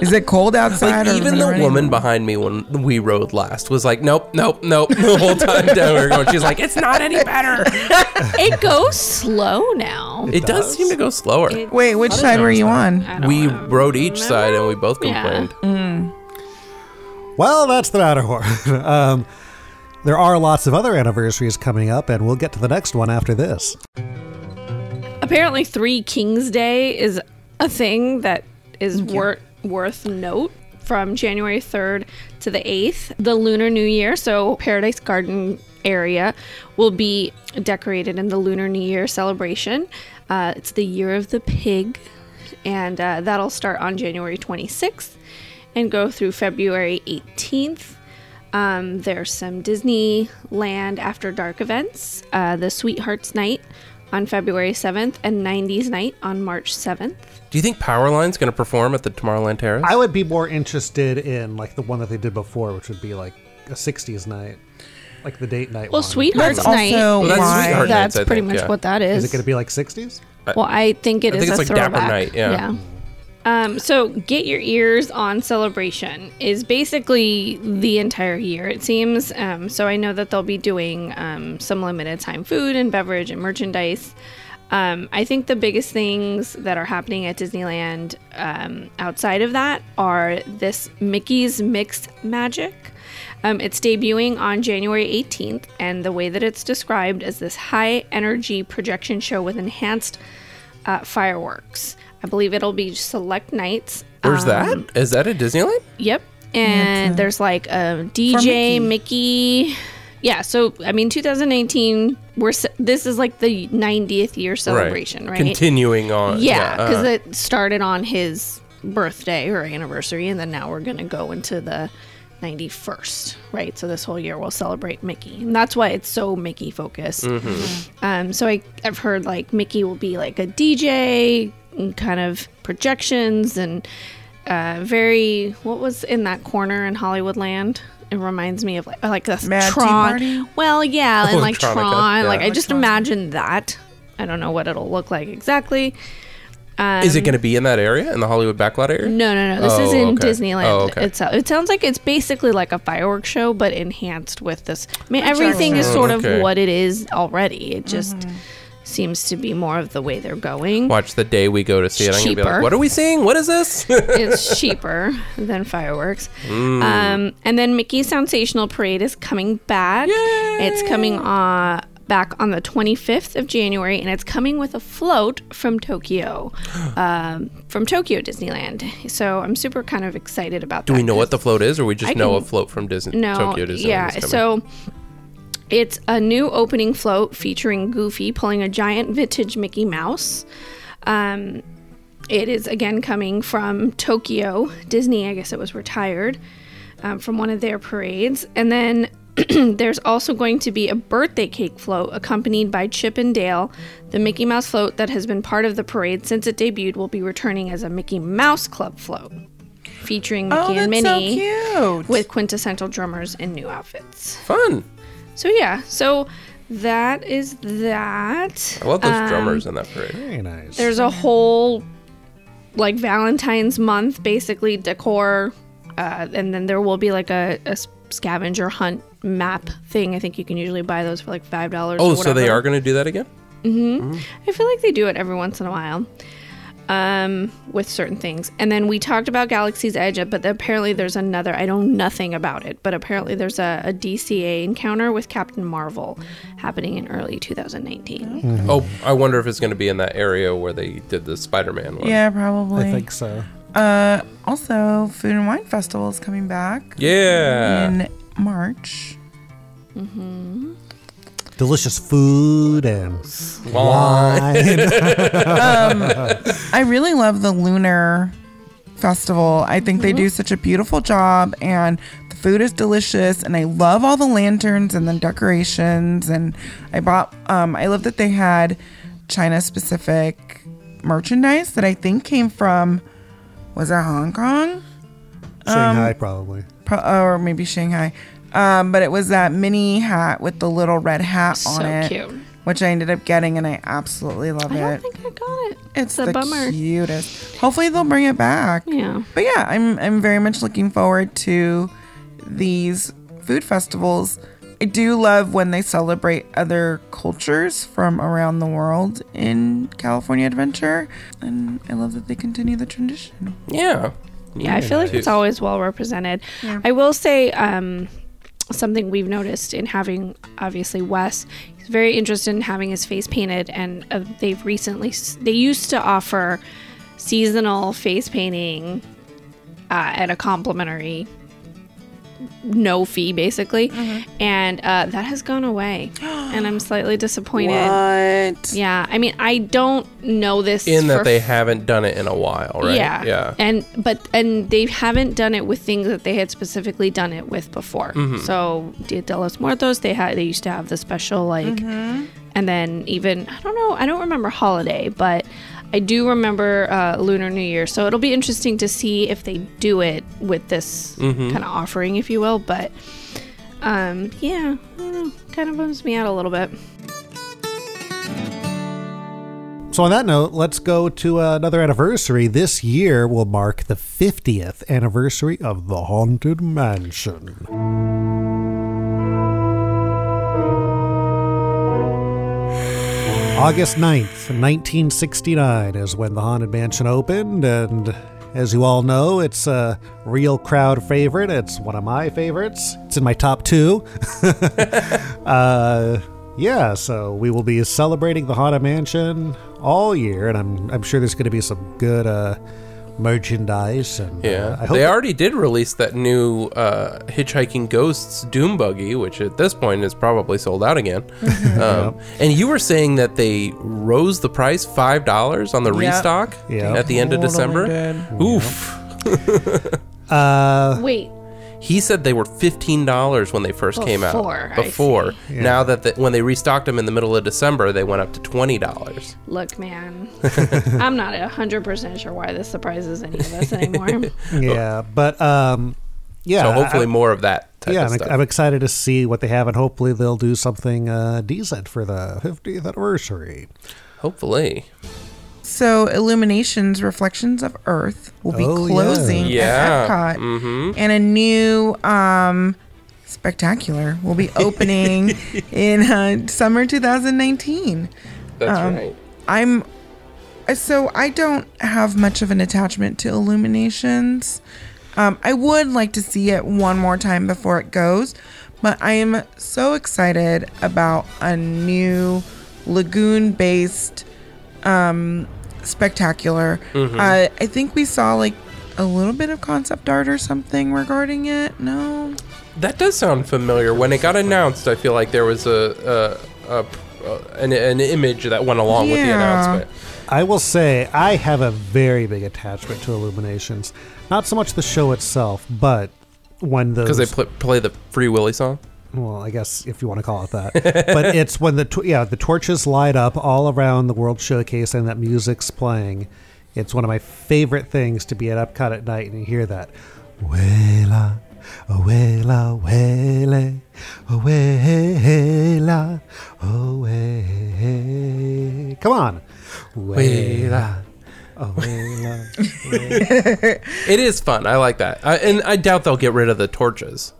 Is it cold like outside? or is even it the raining? woman behind me when we rode last was like, nope, nope, nope. The whole time down we were going, she's like, it's <laughs> not any better. it goes slow now. It does seem to go slower. It- Wait, which side were you on? I don't we know. rode each side and we both Yeah. complained. Well, that's the Matterhorn. <laughs> um, there are lots of other anniversaries coming up, and we'll get to the next one after this. Apparently, Three Kings Day is a thing that is wor- worth note from January 3rd to the 8th. The Lunar New Year, so Paradise Garden area, will be decorated in the Lunar New Year celebration. Uh, it's the Year of the Pig, and uh, that'll start on January 26th and go through February 18th. Um, there's some Disneyland After Dark events, uh, the Sweethearts Night on February 7th and 90s Night on March 7th. Do you think Powerline's going to perform at the Tomorrowland Terrace? I would be more interested in like the one that they did before, which would be like a '60s night, like the date night. Well, one. Sweethearts That's Night. also Well, that's why. Sweetheart that's Nights, I pretty think, much yeah. what that Is is. it going to be like '60s? well, I think it I is think it's a like Dapper throwback. Night, yeah. Um, so get your ears on celebration is basically the entire year it seems. Um, so I know that they'll be doing um, some limited time food and beverage and merchandise. Um, I think the biggest things that are happening at Disneyland um, outside of that are this Mickey's Mixed Magic. Um, it's debuting on January 18th, and the way that it's described is this high energy projection show with enhanced uh, fireworks. I believe it'll be select nights. Where's Um, that? Is that at Disneyland? Yep. And there's like a DJ Mickey. Yeah, so I mean 2018 we're ce- this is like the 90th year celebration, right? Continuing on. Yeah, uh, cuz it started on his birthday or anniversary and then now we're going to go into the 91st, right? So this whole year we'll celebrate Mickey. And that's why it's so Mickey focused. Mhm. Um, so I, I've heard like Mickey will be like a DJ, and kind of projections, and uh, very what was in that corner in Hollywoodland. It reminds me of like like the Mad Tea Tron. Party? Well, yeah, and like Electronica, Tron. yeah. Like I just imagine that. I don't know what it'll look like exactly. Um, is it going to be in that area in the Hollywood backlot area? No, no, no. This Oh, is in okay. Disneyland Oh, okay. itself. It sounds like it's basically like a fireworks show, but enhanced with this. I mean, everything is Oh, sort okay. of what it is already. It just seems to be more of the way they're going. Watch the day we go to see it. I'm gonna be Cheaper. like, what are we seeing? What is <laughs> this? it's cheaper than fireworks. Mm. Um, and then Mickey's Sensational Parade is coming back. It's coming on back on the 25th of January, and it's coming with a float <gasps> from Tokyo, um, from Tokyo Disneyland. So I'm super kind of excited about Do that. we know what the float is, or we just I know a can- float from Disney, no, Tokyo Disneyland? yeah. is coming? So it's a new opening float featuring Goofy pulling a giant vintage Mickey Mouse. Um, it is again coming from Tokyo Disney. I guess it was retired um, from one of their parades, and then. <clears throat> There's also going to be a birthday cake float accompanied by Chip and Dale. The Mickey Mouse float that has been part of the parade since it debuted will be returning as a Mickey Mouse Club float featuring Mickey Oh, and that's so Minnie with quintessential drummers in new outfits. fun. So yeah, so that is that. I love those Um, drummers in that parade. Very nice. There's a whole like Valentine's month basically decor, uh, and then there will be like a, a scavenger hunt map thing. I think you can usually buy those for like five dollars. Oh, so they are going to do that again? Mm-hmm. I feel like they do it every once in a while um, with certain things. And then we talked about Galaxy's Edge, but apparently there's another. I know nothing about it, but apparently there's a, a DCA encounter with Captain Marvel happening in early 2019. Oh, I wonder if it's going to be in that area where they did the Spider-Man one. Yeah, probably. I think so. Uh, also, Food and Wine Festival is coming back. Yeah. In March. Mm-hmm. Delicious food and wine. um, I really love the Lunar Festival. I think they Mm-hmm. do such a beautiful job, and the food is delicious. And I love all the lanterns and the decorations. And I bought. Um, I love that they had China specific merchandise that I think came from. Was it Hong Kong? Shanghai, Um, probably. pro- or maybe Shanghai. Um, but it was that mini hat with the little red hat on So it, cute. which I ended up getting, and I absolutely love I it. don't think I got it. It's a the bummer. cutest. Hopefully they'll bring it back. Yeah. But yeah, I'm I'm very much looking forward to these food festivals. I do love when they celebrate other cultures from around the world in California Adventure, and I love that they continue the tradition. Yeah. Yeah, I feel like it's always well represented. Yeah. I will say um, something we've noticed in having, obviously, Wes. He's very interested in having his face painted, and uh, they've recently, s- they used to offer seasonal face painting uh, at a complimentary, no fee, basically. And uh, that has gone away. and I'm slightly disappointed. What? Yeah. I mean, I don't know this in that for they haven't done it in a while, right? yeah. Yeah. And but and they haven't done it with things that they had specifically done it with before. Mhm. So Dia de los Muertos, they had they used to have the special like, and then even I don't know, I don't remember holiday, but I do remember uh, Lunar New Year. So it'll be interesting to see if they do it with this Mhm. kind of offering, if you will. But um, yeah, I don't know, kind of bums me out a little bit. So, on that note, let's go to another anniversary. This year will mark the 50th anniversary of the Haunted Mansion. August 9th, 1969 is when the Haunted Mansion opened, and as you all know, it's a real crowd favorite. It's one of my favorites. It's in my top two. <laughs> uh, Yeah, so we will be celebrating the Haunted Mansion all year, and I'm I'm sure there's going to be some good uh, merchandise. And uh, Yeah, I hope they already did release that new uh, Hitchhiking Ghosts Doom Buggy, which at this point is probably sold out <laughs> again. um, and you were saying that they rose the price five dollars on the Yep. restock Yeah. at the end of Totally December. did. Oof! Uh, Wait, He said they were fifteen dollars when they first came Before, out. I Before, see. now that the, when they restocked them in the middle of December, they went up to twenty dollars. <laughs> look, man. I'm not 100% sure why this surprises any of <laughs> us anymore. yeah, but um, yeah. so I- hopefully I- more of that type yeah, of I'm, stuff. I'm excited to see what they have, and hopefully they'll do something uh, decent for the 50th anniversary. hopefully, So Illuminations Reflections of Earth will be Oh, yeah. closing Yeah. at Epcot, Mhm. and a new um, spectacular will be opening in uh, summer 2019. that's Um, right. I'm uh, so I don't have much of an attachment to Illuminations. Um, I would like to see it one more time before it goes, but I am so excited about a new lagoon-based um, spectacular. Mhm. Uh, I think we saw like a little bit of concept art or something regarding it. No, That does sound familiar. When it got announced, I feel like there was a, a, a an, an image that went along with the Yeah. announcement. I will say I have a very big attachment to Illuminations. Not so much the show itself, but when the Because they pl- play the Free Willy song. well, I guess if you want to call it that, but it's when the tw- yeah the torches light up all around the World Showcase and that music's playing. It's one of my favorite things to be at Epcot at night and you hear that. Wela, wela, wele, wela, wele. Come on. Wela, wela. It is fun. I like that. I, and I doubt they'll get rid of the torches.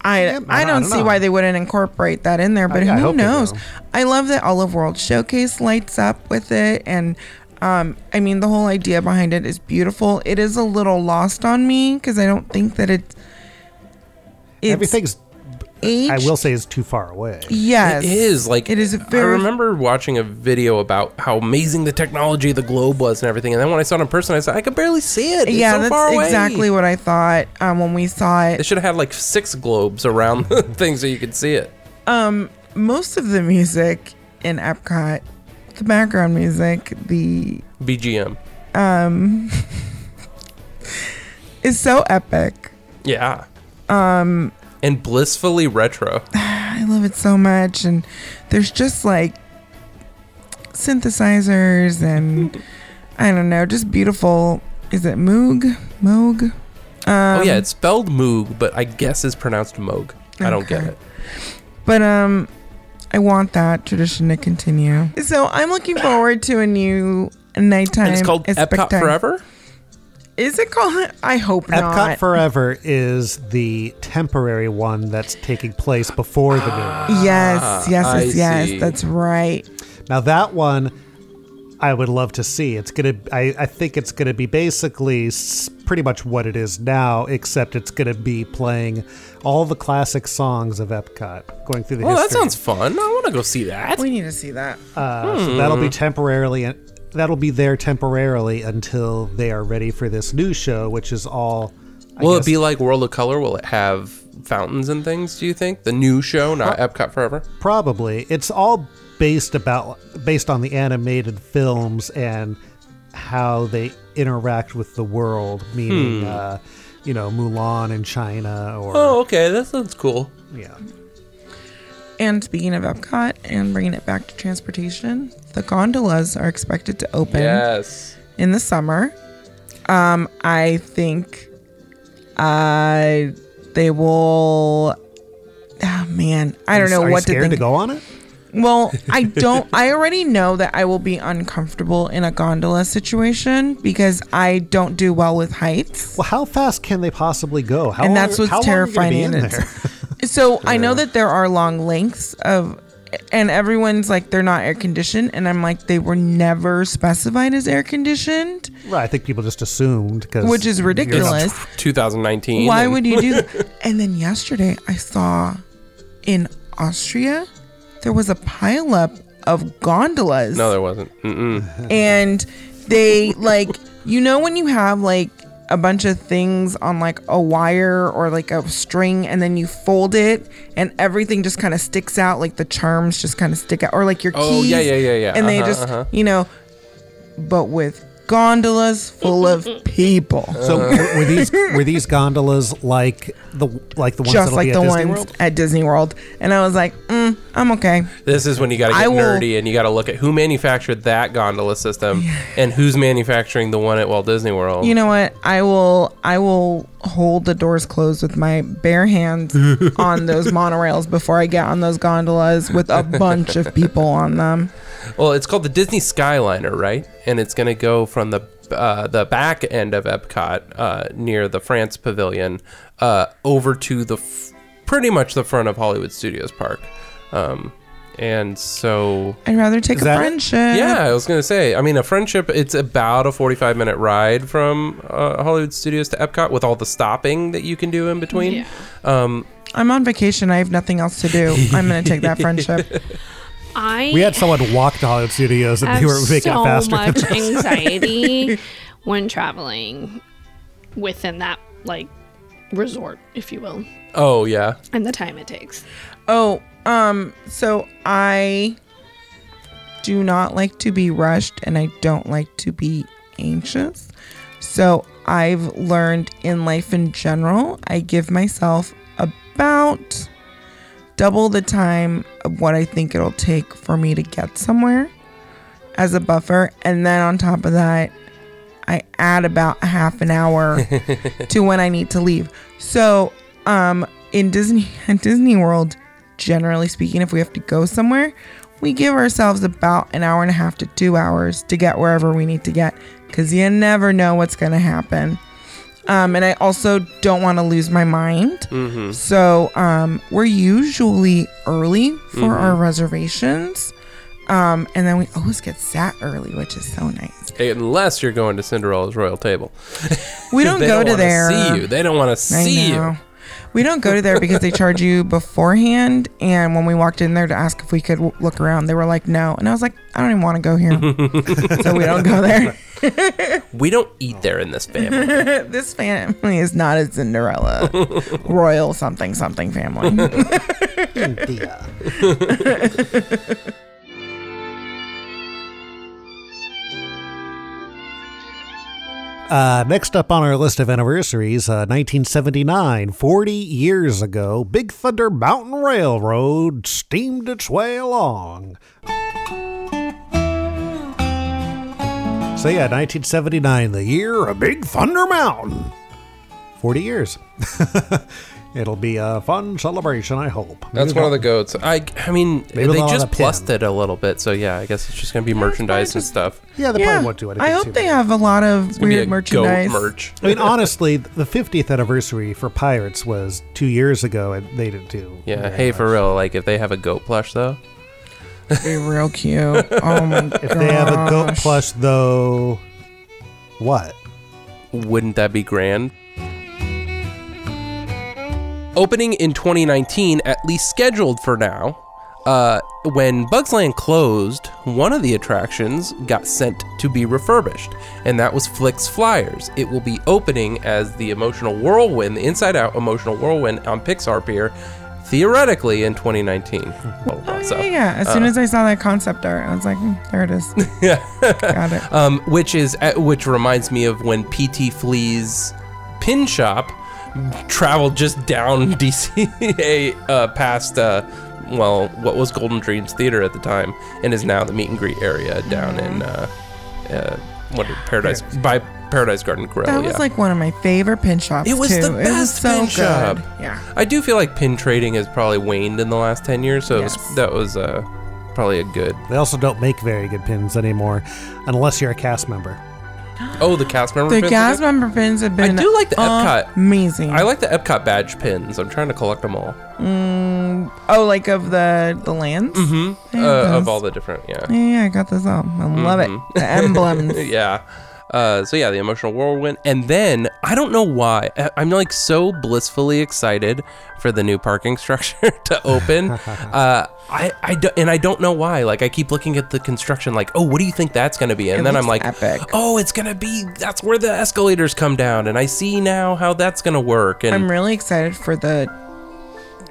I, Yeah, I I, don't- I don't don't see know. why they wouldn't incorporate that in there, but I- I who hope they knows? do. I love that Olive World Showcase lights up with it, and um, I mean the whole idea behind it is beautiful. It is a little lost on me because I don't think that it's it's Everything's, aged. I will say, is too far away. Yes, It is like it is a very. I remember watching a video about how amazing the technology of the globe was and everything, and then when I saw it in person, I said I could barely see it. It's yeah, so that's far away. exactly what I thought um, when we saw They it. should have had like six globes around <laughs> the thing so you could see it. Most of the music in Epcot, the background music, the BGM. um, is so epic. Yeah. Um. And blissfully retro. I love it so much. And there's just like <laughs> synthesizers and I don't know, just beautiful. Is it Moog? Moog? Um, oh yeah, it's spelled Moog, but I guess it's pronounced Moog. I don't get Okay. it. But um, I want that tradition to continue. So I'm looking forward to a new nighttime. And it's called Epcot spectac- Forever. Is it called? I hope Epcot not. Forever is the temporary one that's taking place before the new one. yes, yes, Ah, I yes, yes. see. That's right. Now that one, I would love to see. It's gonna. I, I think it's gonna be basically s- pretty much what it is now, except it's gonna be playing all the classic songs of Epcot, going through the. Oh, that history. sounds fun. I want to go see that. We need to see that. Uh, so that'll be temporarily. That'll be there temporarily until they are ready for this new show, which is all. I Will guess- it be like World of Color? Will it have fountains and things? Do you think the new show, not Epcot Forever? probably it's all based about based on the animated films and how they interact with the world meaning Hmm. uh, you know mulan in china or Oh, okay, that sounds cool. yeah And speaking of Epcot and bringing it back to transportation, the gondolas are expected to open Yes, in the summer. Um, I think uh, they will. Oh man, I don't know Are you what to scared think. to go on it Well, <laughs> I don't. I already know that I will be uncomfortable in a gondola situation because I don't do well with heights. well how fast can they possibly go how and long- that's what's how long are you gonna terrifying. be and in it's- there? so I know that there are long lengths of, and everyone's like they're not air conditioned, and I'm like they were never specified as air conditioned, <laughs> right i think people just assumed because which is ridiculous. 2019. <laughs> Why and- would you do that? and then yesterday I saw in Austria there was a pileup of gondolas. No, there wasn't. Mm-mm. and they like you know when you have like a bunch of things on like a wire or like a string and then you fold it and everything just kind of sticks out like the charms just kind of stick out or like your Oh, keys yeah, yeah, yeah, yeah. and they Uh-huh, just uh-huh. you know but with gondolas full of people So were were these were <laughs> these gondolas like the like the ones just that'll like be the at Disney ones World? at Disney World and I was like mm, I'm okay This is when you got to I get will- nerdy and you got to look at who manufactured that gondola system and who's manufacturing the one at Walt Disney World. You know what? I will I will hold the doors closed with my bare hands on those monorails before I get on those gondolas with a bunch of people on them. Well, it's called the Disney Skyliner, right? And it's going to go from the uh, the back end of Epcot uh, near the France Pavilion uh, over to the f- pretty much the front of Hollywood Studios Park. Um, and so I'd rather take a friendship. yeah, I was gonna say. I mean, a friendship. It's about a forty-five minute ride from uh, Hollywood Studios to Epcot with all the stopping that you can do in between. Yeah. Um, I'm on vacation. I have nothing else to do. I'm going to take that friendship. I We had someone walk to Hollywood Studios and <laughs> have they were making so it faster. than much us. <laughs> anxiety when traveling within that like resort, if you will, oh yeah. and the time it takes. Oh, um so I do not like to be rushed and I don't like to be anxious. So I've learned in life in general, I give myself about double the time of what I think it'll take for me to get somewhere as a buffer. And then on top of that, I add about half an hour to when I need to leave. So, um, in Disney <laughs> at Disney World, generally speaking, if we have to go somewhere, we give ourselves about an hour and a half to two hours to get wherever we need to get, because you never know what's gonna happen. Um, and I also don't want to lose my mind. Mm-hmm. Mhm. So um, we're usually early for Mhm. our Mm-hmm. reservations. Um, and then we always get sat early, which is so nice. Unless you're going to Cinderella's royal table. We don't They go to wanna there. See you. They don't want to I see know. you. We don't go to there because they <laughs> charge you beforehand. And when we walked in there to ask if we could w- look around, they were like, no. And I was like, I don't even want to <laughs> go here. so we don't go there. <laughs> We don't eat there in this family. this family is not a <laughs> Cinderella royal something something family. <laughs> Uh, next up on our list of anniversaries, uh, 1979, 40 years ago, Big Thunder Mountain Railroad steamed its way along. So, yeah, 1979, the year of Big Thunder Mountain. 40 years. <laughs> It'll be a fun celebration, I hope. That's one of the goats. I, I mean, Maybe they they'll have a just pin. plussed it a little bit, so yeah, I guess it's just gonna be merchandise and stuff. Yeah, they probably won't do anything I too hope they have a lot of gonna be a weird goat merchandise. merch. I mean, <laughs> honestly, the 50th anniversary for Pirates was two years ago, and they didn't do Yeah, hey, for real, like if they have a goat plush though, be real cute. <laughs> Oh my god. If they have a goat plush, though, what? wouldn't that be grand? Opening in 2019, at least scheduled for now. Uh, when Bugs Land closed, one of the attractions got sent to be refurbished, and that was Flicks Flyers. It will be opening as the Emotional Whirlwind, the Inside Out Emotional Whirlwind on Pixar Pier, theoretically in 2019. Oh, so, Yeah, yeah. As soon uh, as I saw that concept art, I was like, "Hmm, there <laughs> it is. Got it. um, which is uh, which reminds me of when PT Flea's pin shop traveled just down <laughs> DCA uh, past uh, well what was Golden Dreams Theater at the time and is now the meet and greet area down in uh, uh, what Paradise by Paradise Garden Grill. Mm-hmm. That Oh, was yeah. like one of my favorite pin shops. It was too. the best it pin was so shop. good. Yeah. I do feel like pin trading has probably waned in the last ten years, so it was, that was uh, probably a good. They also don't make very good pins anymore, unless you're a cast member. Oh, the cast member. The pins gas again? member pins have I been. do like the Epcot. Amazing. I like the Epcot badge pins. I'm trying to collect them all. Mm, oh, like of the the lands. Mm-hmm. Uh, of all the different, yeah. Yeah, yeah, I got this all. I love Mhm. <laughs> it. The emblems. yeah. Uh, so yeah, the emotional whirlwind, and then I don't know why I- I'm like so blissfully excited for the new parking <laughs> structure <laughs> to open. uh, I I do, and I don't know why. Like I keep looking at the construction, like oh, what do you think that's gonna be? And It then I'm like, looks epic. oh, it's gonna be that's where the escalators come down, and I see now how that's gonna work. And I'm really excited for the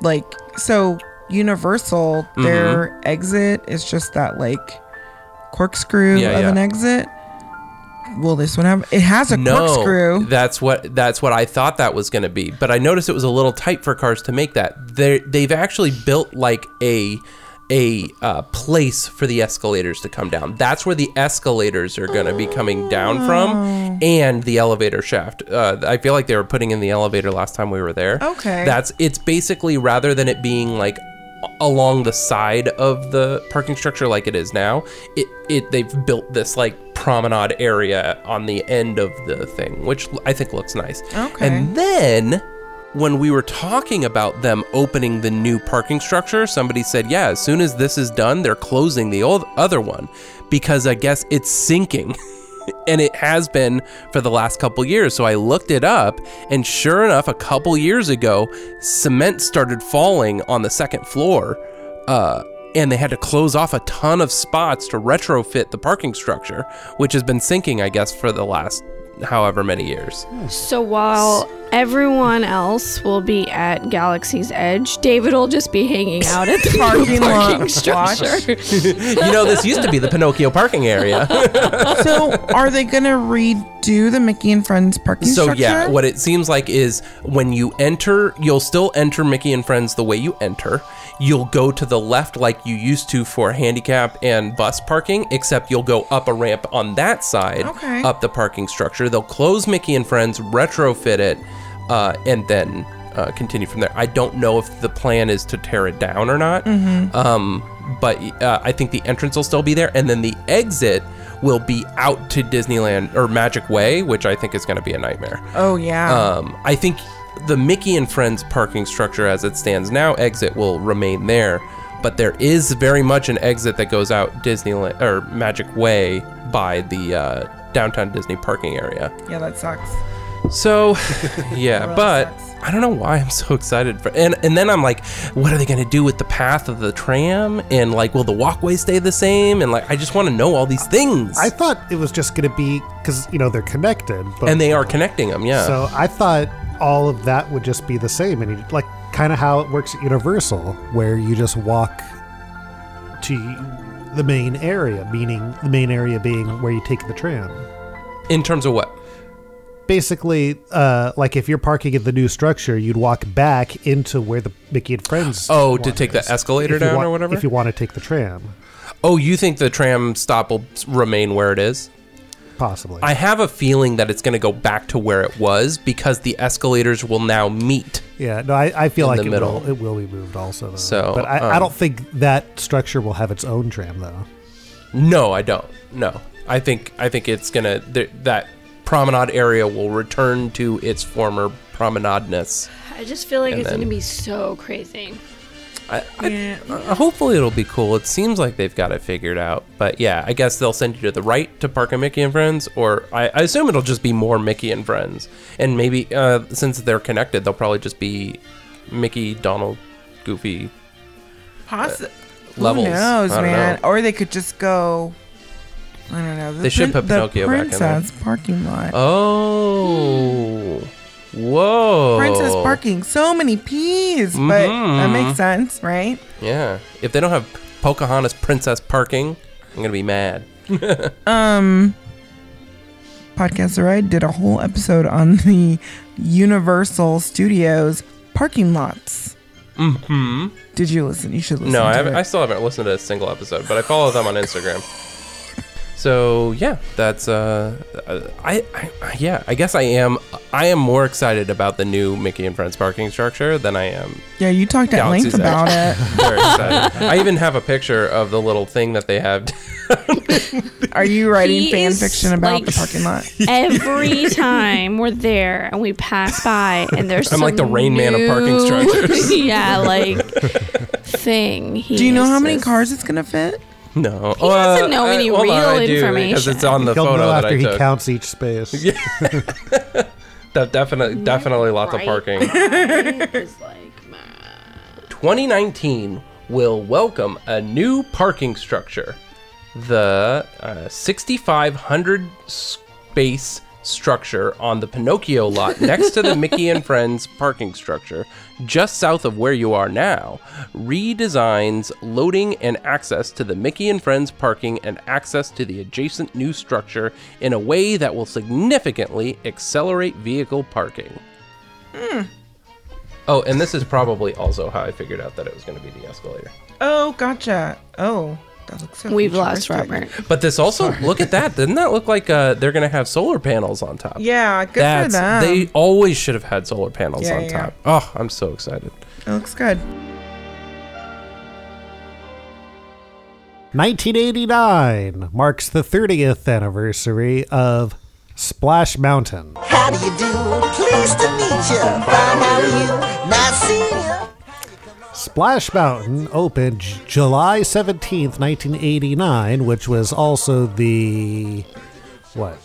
like so Universal Mm-hmm. their exit is just that like corkscrew Yeah, of yeah. an exit. Will this one have it has <laughs> a corkscrew. That's what that's what I thought that was going to be, but I noticed it was a little tight for cars to make that. They they've actually built like a a uh, place for the escalators to come down. That's where the escalators are going to be coming down Oh. from, and the elevator shaft. Uh, I feel like they were putting in the elevator last time we were there. Okay. that's it's basically rather than it being like along the side of the parking structure like it is now it it they've built this like promenade area on the end of the thing which l- i think looks nice Okay. and then when we were talking about them opening the new parking structure somebody said yeah as soon as this is done they're closing the old other one because i guess it's sinking <laughs> and it has been for the last couple years. So I looked it up, and sure enough, a couple years ago, cement started falling on the second floor, uh, and they had to close off a ton of spots to retrofit the parking structure, which has been sinking, I guess, for the last however many years. So while everyone else will be at Galaxy's Edge, David will just be hanging out at the parking, Parking lot parking structure. you know, this used to be the Pinocchio parking area. so are they gonna redo the Mickey and Friends parking so structure? yeah what it seems like is when you enter you'll still enter mickey and friends the way you enter you'll go to the left like you used to for handicap and bus parking except you'll go up a ramp on that side Okay. up the parking structure they'll close mickey and friends retrofit it uh, and then uh, continue from there i don't know if the plan is to tear it down or not Mhm. um, but uh, i think the entrance will still be there and then the exit will be out to disneyland or magic way which i think is going to be a nightmare Oh yeah. um, I think the Mickey and Friends parking structure as it stands now exit will remain there, but there is very much an exit that goes out Disneyland or Magic Way by the uh, downtown Disney parking area. yeah, that sucks. So, <laughs> yeah, Really but I don't know why I'm so excited for and and then I'm like, what are they going to do with the path of the tram and like will the walkway stay the same and like I just want to know all these things. I thought it was just going to be because you know they're connected, but and they are connecting them, yeah. So I thought all of that would just be the same, and you, like kind of how it works at Universal, where you just walk to the main area, meaning the main area being where you take the tram. In terms of what? Basically, uh, like if you're parking at the new structure, you'd walk back into where the Mickey and Friends. <gasps> Oh, one to take is, the escalator if you down want- or whatever. If you want to take the tram, Oh, you think the tram stop will s- remain where it is? possibly. I have a feeling that it's going to go back to where it was because the escalators will now meet. Yeah, no, I, I feel In like the it middle. will it will be moved also. Though. So, but I, I um, don't think that structure will have its own tram though. No, I don't. No, I think I think it's gonna th- that promenade area will return to its former promenadeness. I just feel like And it's then- going to be so crazy. I, I, uh, hopefully it'll be cool. It seems like they've got it figured out. But yeah, I guess they'll send you to the right to park a Mickey and Friends, or I, I assume it'll just be more Mickey and Friends. And maybe uh, since they're connected, they'll probably just be Mickey, Donald, Goofy. Possi- Uh, levels. Who knows, I don't man? Or they could just go. I don't know. The They should put the Pinocchio back in there. princess parking lot. Oh, whoa! Princess parking. So many P's, but that Mhm. makes sense, right? Yeah, if they don't have Pocahontas Princess parking, I'm gonna be mad. Um, Podcast The Ride did a whole episode on the Universal Studios parking lots. Mm-hmm. Hmm. Did you listen? You should listen. No, I, to haven't, it. I still haven't listened to a single episode, but I follow them on Instagram. So yeah, that's uh, I, I I- yeah, I guess I am I am more excited about the new Mickey and Friends parking structure than I am. yeah, you talked at length Galaxy's about Edge. it. Very excited. I even have a picture of the little thing that they have. <laughs> Are you <laughs> writing He fan is, fiction about like, the parking lot? Every time we're there and we pass by and there's I'm like the some Rain Man of parking new- <laughs> structures. yeah, like thing. Do you know how many uses. cars it's gonna fit? No, He doesn't know any hold real I do, information. because it's on the He'll photo know that after I he took. counts each <laughs> space. Yeah. that definitely, definitely lots of parking. parking. 2019 will welcome a new parking structure the uh, 6500 space structure on the pinocchio lot next to the mickey and friends parking structure just south of where you are now redesigns loading and access to the mickey and friends parking and access to the adjacent new structure in a way that will significantly accelerate vehicle parking Oh, and this is probably also how I figured out that it was going to be the escalator. Oh, gotcha. Oh, that looks so We've lost futuristic. Robert. But this also, look at that. Doesn't that look like uh, they're going to have solar panels on top? Yeah, good for them. They always should have had solar panels Yeah, on yeah, top. Oh, I'm so excited. It looks good. 1989 marks the 30th anniversary of Splash Mountain. How do you do? Pleased to meet you. Fine, how are you? Nice seeing you. Splash Mountain opened J- July 17th, 1989, which was also the what?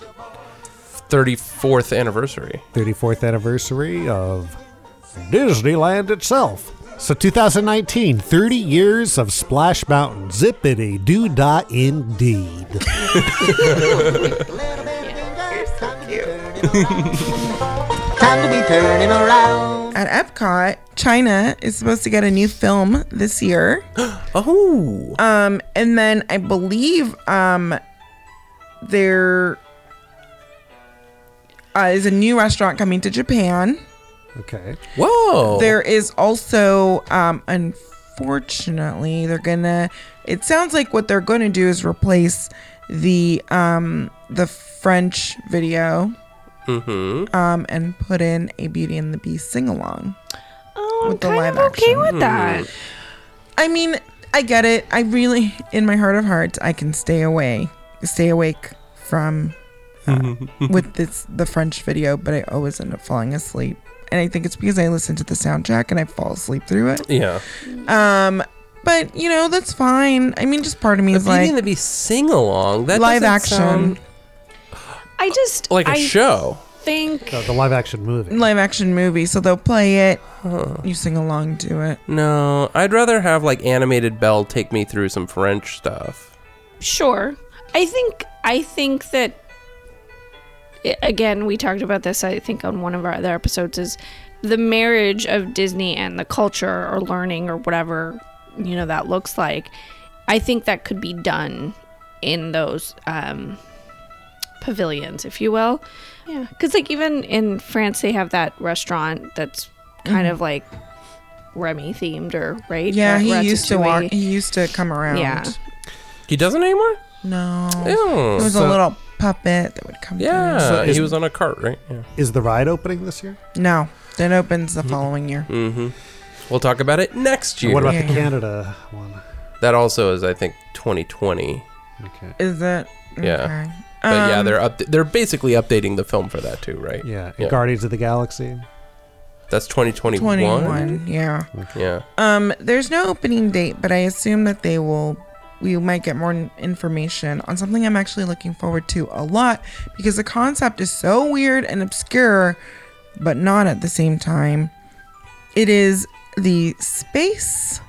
34th anniversary. 34th anniversary of Disneyland itself. So 2019, 30 years of Splash Mountain. Zippity doo dah indeed. <laughs> Time to be turning around. At Epcot, China is supposed to get a new film this year. <gasps> oh. Um, and then I believe um there uh, is a new restaurant coming to Japan. Okay. Whoa. There is also, um, unfortunately, they're gonna. It sounds like what they're gonna do is replace the um, the French video Mm-hmm. um, and put in a Beauty and the Beast sing along. Oh, I'm With the kind live of okay action. with that. Hmm. I mean, I get it. I really, in my heart of hearts, I can stay away, stay awake from uh, <laughs> with this the French video, but I always end up falling asleep. And I think it's because I listen to the soundtrack and I fall asleep through it. Yeah. Um, but you know that's fine. I mean, just part of me The is Beauty like and the Beast sing along. That live doesn't action, sound I just like a I show. Oh. Think The, the live action movie. live action movie. So they'll play it, you sing along to it. No, I'd rather have like animated Belle take me through some French stuff. sure. I think I think that i- again we talked about this I think on one of our other episodes is the marriage of Disney and the culture or learning or whatever you know that looks like. I think that could be done in those um, pavilions, if you will. Yeah, because like even in France they have that restaurant that's kind of like Remy themed or right? Mm-hmm. Yeah, Or he used to walk. Ratatouille. He used to come around. Yeah. He doesn't anymore? No. Ew. There was So- a little puppet that would come. Yeah. So is- he was on a cart, right? Yeah. Is the ride opening this year? Through. No. It opens the following year. Mm-hmm. We'll talk about it next year. What about the Yeah. Canada one? That also is, I think, 2020. Okay. Is it? Yeah. Okay. But yeah, Um, they're up. They're basically updating the film for that too, right? Yeah. and Yeah. Guardians of the Galaxy. That's 2021. 21. Yeah. Yeah. Um. There's no opening date, but I assume that they will. We might get more n- information on something I'm actually looking forward to a lot because the concept is so weird and obscure, but not at the same time. It is the space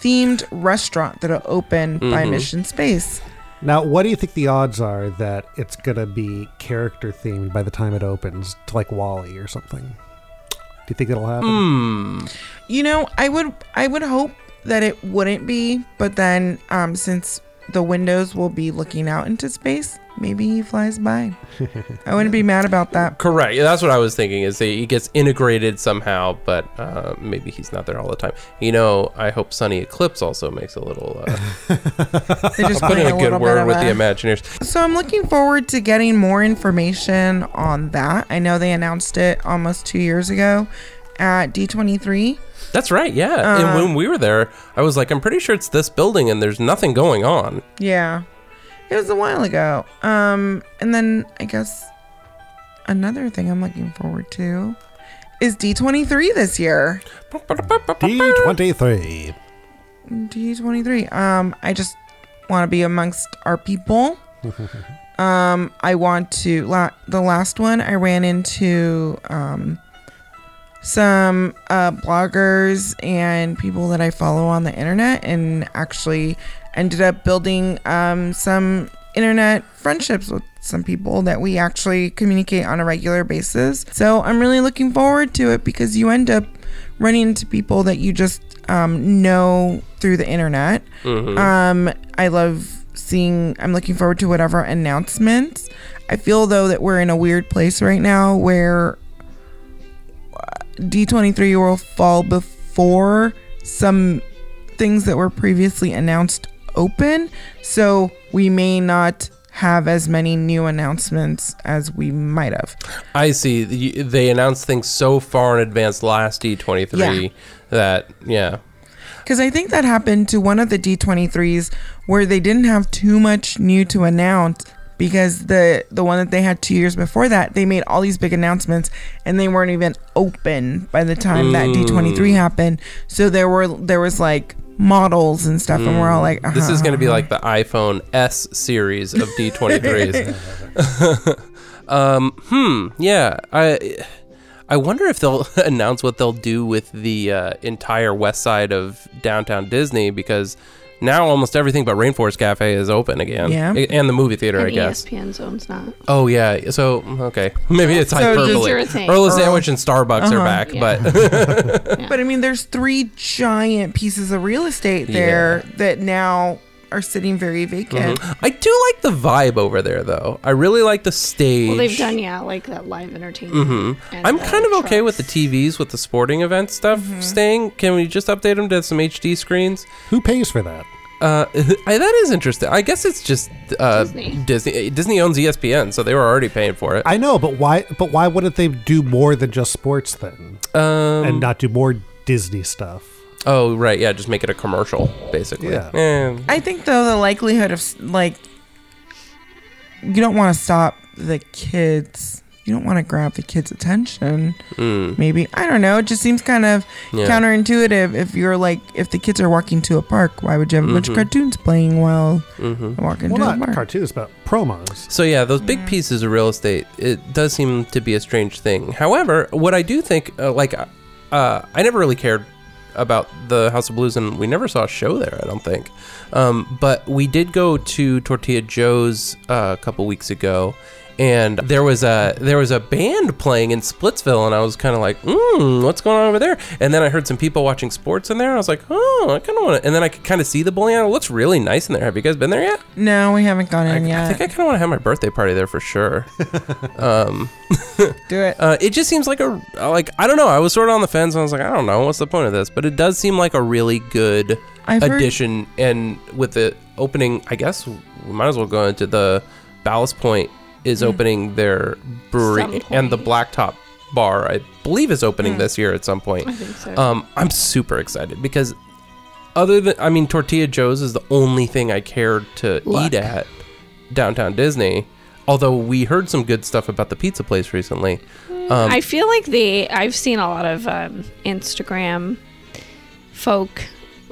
themed restaurant that'll open by Mhm. Mission Space. Now, what do you think the odds are that it's gonna be character themed by the time it opens, to like Wally or something? Do you think it'll happen? Um, Hmm. You know, I would I would hope that it wouldn't be, but then um since the windows will be looking out into space, maybe he flies by. I wouldn't be mad about that. Correct. Yeah, That's what I was thinking. Is that he gets integrated somehow, but uh, maybe he's not there all the time. You know, I hope Sunny Eclipse also makes a little. <laughs> Uh, They just put play in a, a good little bit word of with a- the Imagineers. So I'm looking forward to getting more information on that. I know they announced it almost 2 years ago at D23. That's right. Yeah. Um, and when we were there, I was like, I'm pretty sure it's this building, and there's nothing going on. Yeah. It was a while ago. Um and then I guess another thing I'm looking forward to is D23 this year. Hmm. D twenty three. D23. Um, I just want to be amongst our people. um, I want to. La- the last one, I ran into um, some uh, bloggers and people that I follow on the internet, and actually ended up building um, some internet friendships with some people that we actually communicate on a regular basis. So I'm really looking forward to it because you end up running into people that you just um, know through the internet. Mhm. Um, I love seeing, I'm looking forward to whatever announcements. I feel though that we're in a weird place right now where D23 will fall before some things that were previously announced open. So we may not have as many new announcements as we might have. I see. You- They announced things so far in advance last D23 Yeah. that, yeah. Because I think that happened to one of the D23s where they didn't have too much new to announce because the the one that they had two years before that they made all these big announcements and they weren't even open by the time that D23 Mm. happened. So there were there was like models and stuff, and we're all Mm. like, this is uh-huh. going to be like the iPhone S series of D23s. um, hmm. Yeah. I I wonder if they'll <laughs> announce what they'll do with the uh, entire west side of downtown Disney because now almost everything but Rainforest Cafe is open again. Yeah. A- And the movie theater, I And E E guess. ESPN zone's not. Oh yeah. So okay, <laughs> maybe it's So just- hyperbole. You're saying- Earl and Earl. Sandwich and Starbucks Uh-huh. are back, Yeah. but <laughs> But I mean, there's three giant pieces of real estate there that now are sitting very vacant. Mhm. I do like the vibe over there, though. I really like the stage. Well, they've done yeah, like that live entertainment. hmm I'm kind of okay with the Mm-hmm. TVs with the sporting event stuff staying. Can we just update them to some HD screens? Who pays for that? Uh, <laughs> I, that is interesting. I guess it's just uh, Disney. Disney. owns E ESPN, so they were already paying for it. I know, but why? But why wouldn't they do more than just sports then, um, and not do more Disney stuff? oh right, yeah, just make it a commercial, basically. Yeah. Eh, I think though the likelihood of s- like you don't want to stop the kids. You don't want to grab the kids' attention. Mm. Maybe I don't know. It just seems kind of Yeah. counterintuitive. If you're like, if the kids are walking to a park, why would you have a bunch of Mhm. cartoons playing while Mhm. walking Well, to not a park? cartoons, but promos. So yeah, those big pieces of real estate, it does seem to be a strange thing. However, what I do think, uh, like, uh, I never really cared about the House of Blues, and we never saw a show there. I don't think, um, but we did go to Tortilla Joe's uh, a couple weeks ago, and there was a there was a band playing in Splitsville, and I was kind of like, mm, what's going on over there? And then I heard some people watching sports in there, and I was like, oh, I kind of want to. And then I could kind of see the bowling alley. It looks really nice in there. Have you guys been there yet? No, we haven't gone in I yet. think I kind of want to have my birthday party there for sure. um, Do it. Uh, it just seems like a like I don't know. I was sort of on the fence. And I was like, I don't know what's the point of this, but it does seem like a really good I've heard- addition. And with the opening, I guess we might as well go into the Ballast Point is Mm. opening their Some brewery and the Blacktop Bar. I believe is opening Mm. this year at some point. I think so. Um, I'm super excited because other than I mean, Tortilla Joe's is the only thing I cared to Look. eat at downtown Disney. Although we heard some good stuff about the pizza place recently. Um, I feel like they. I've seen a lot of um, Instagram folk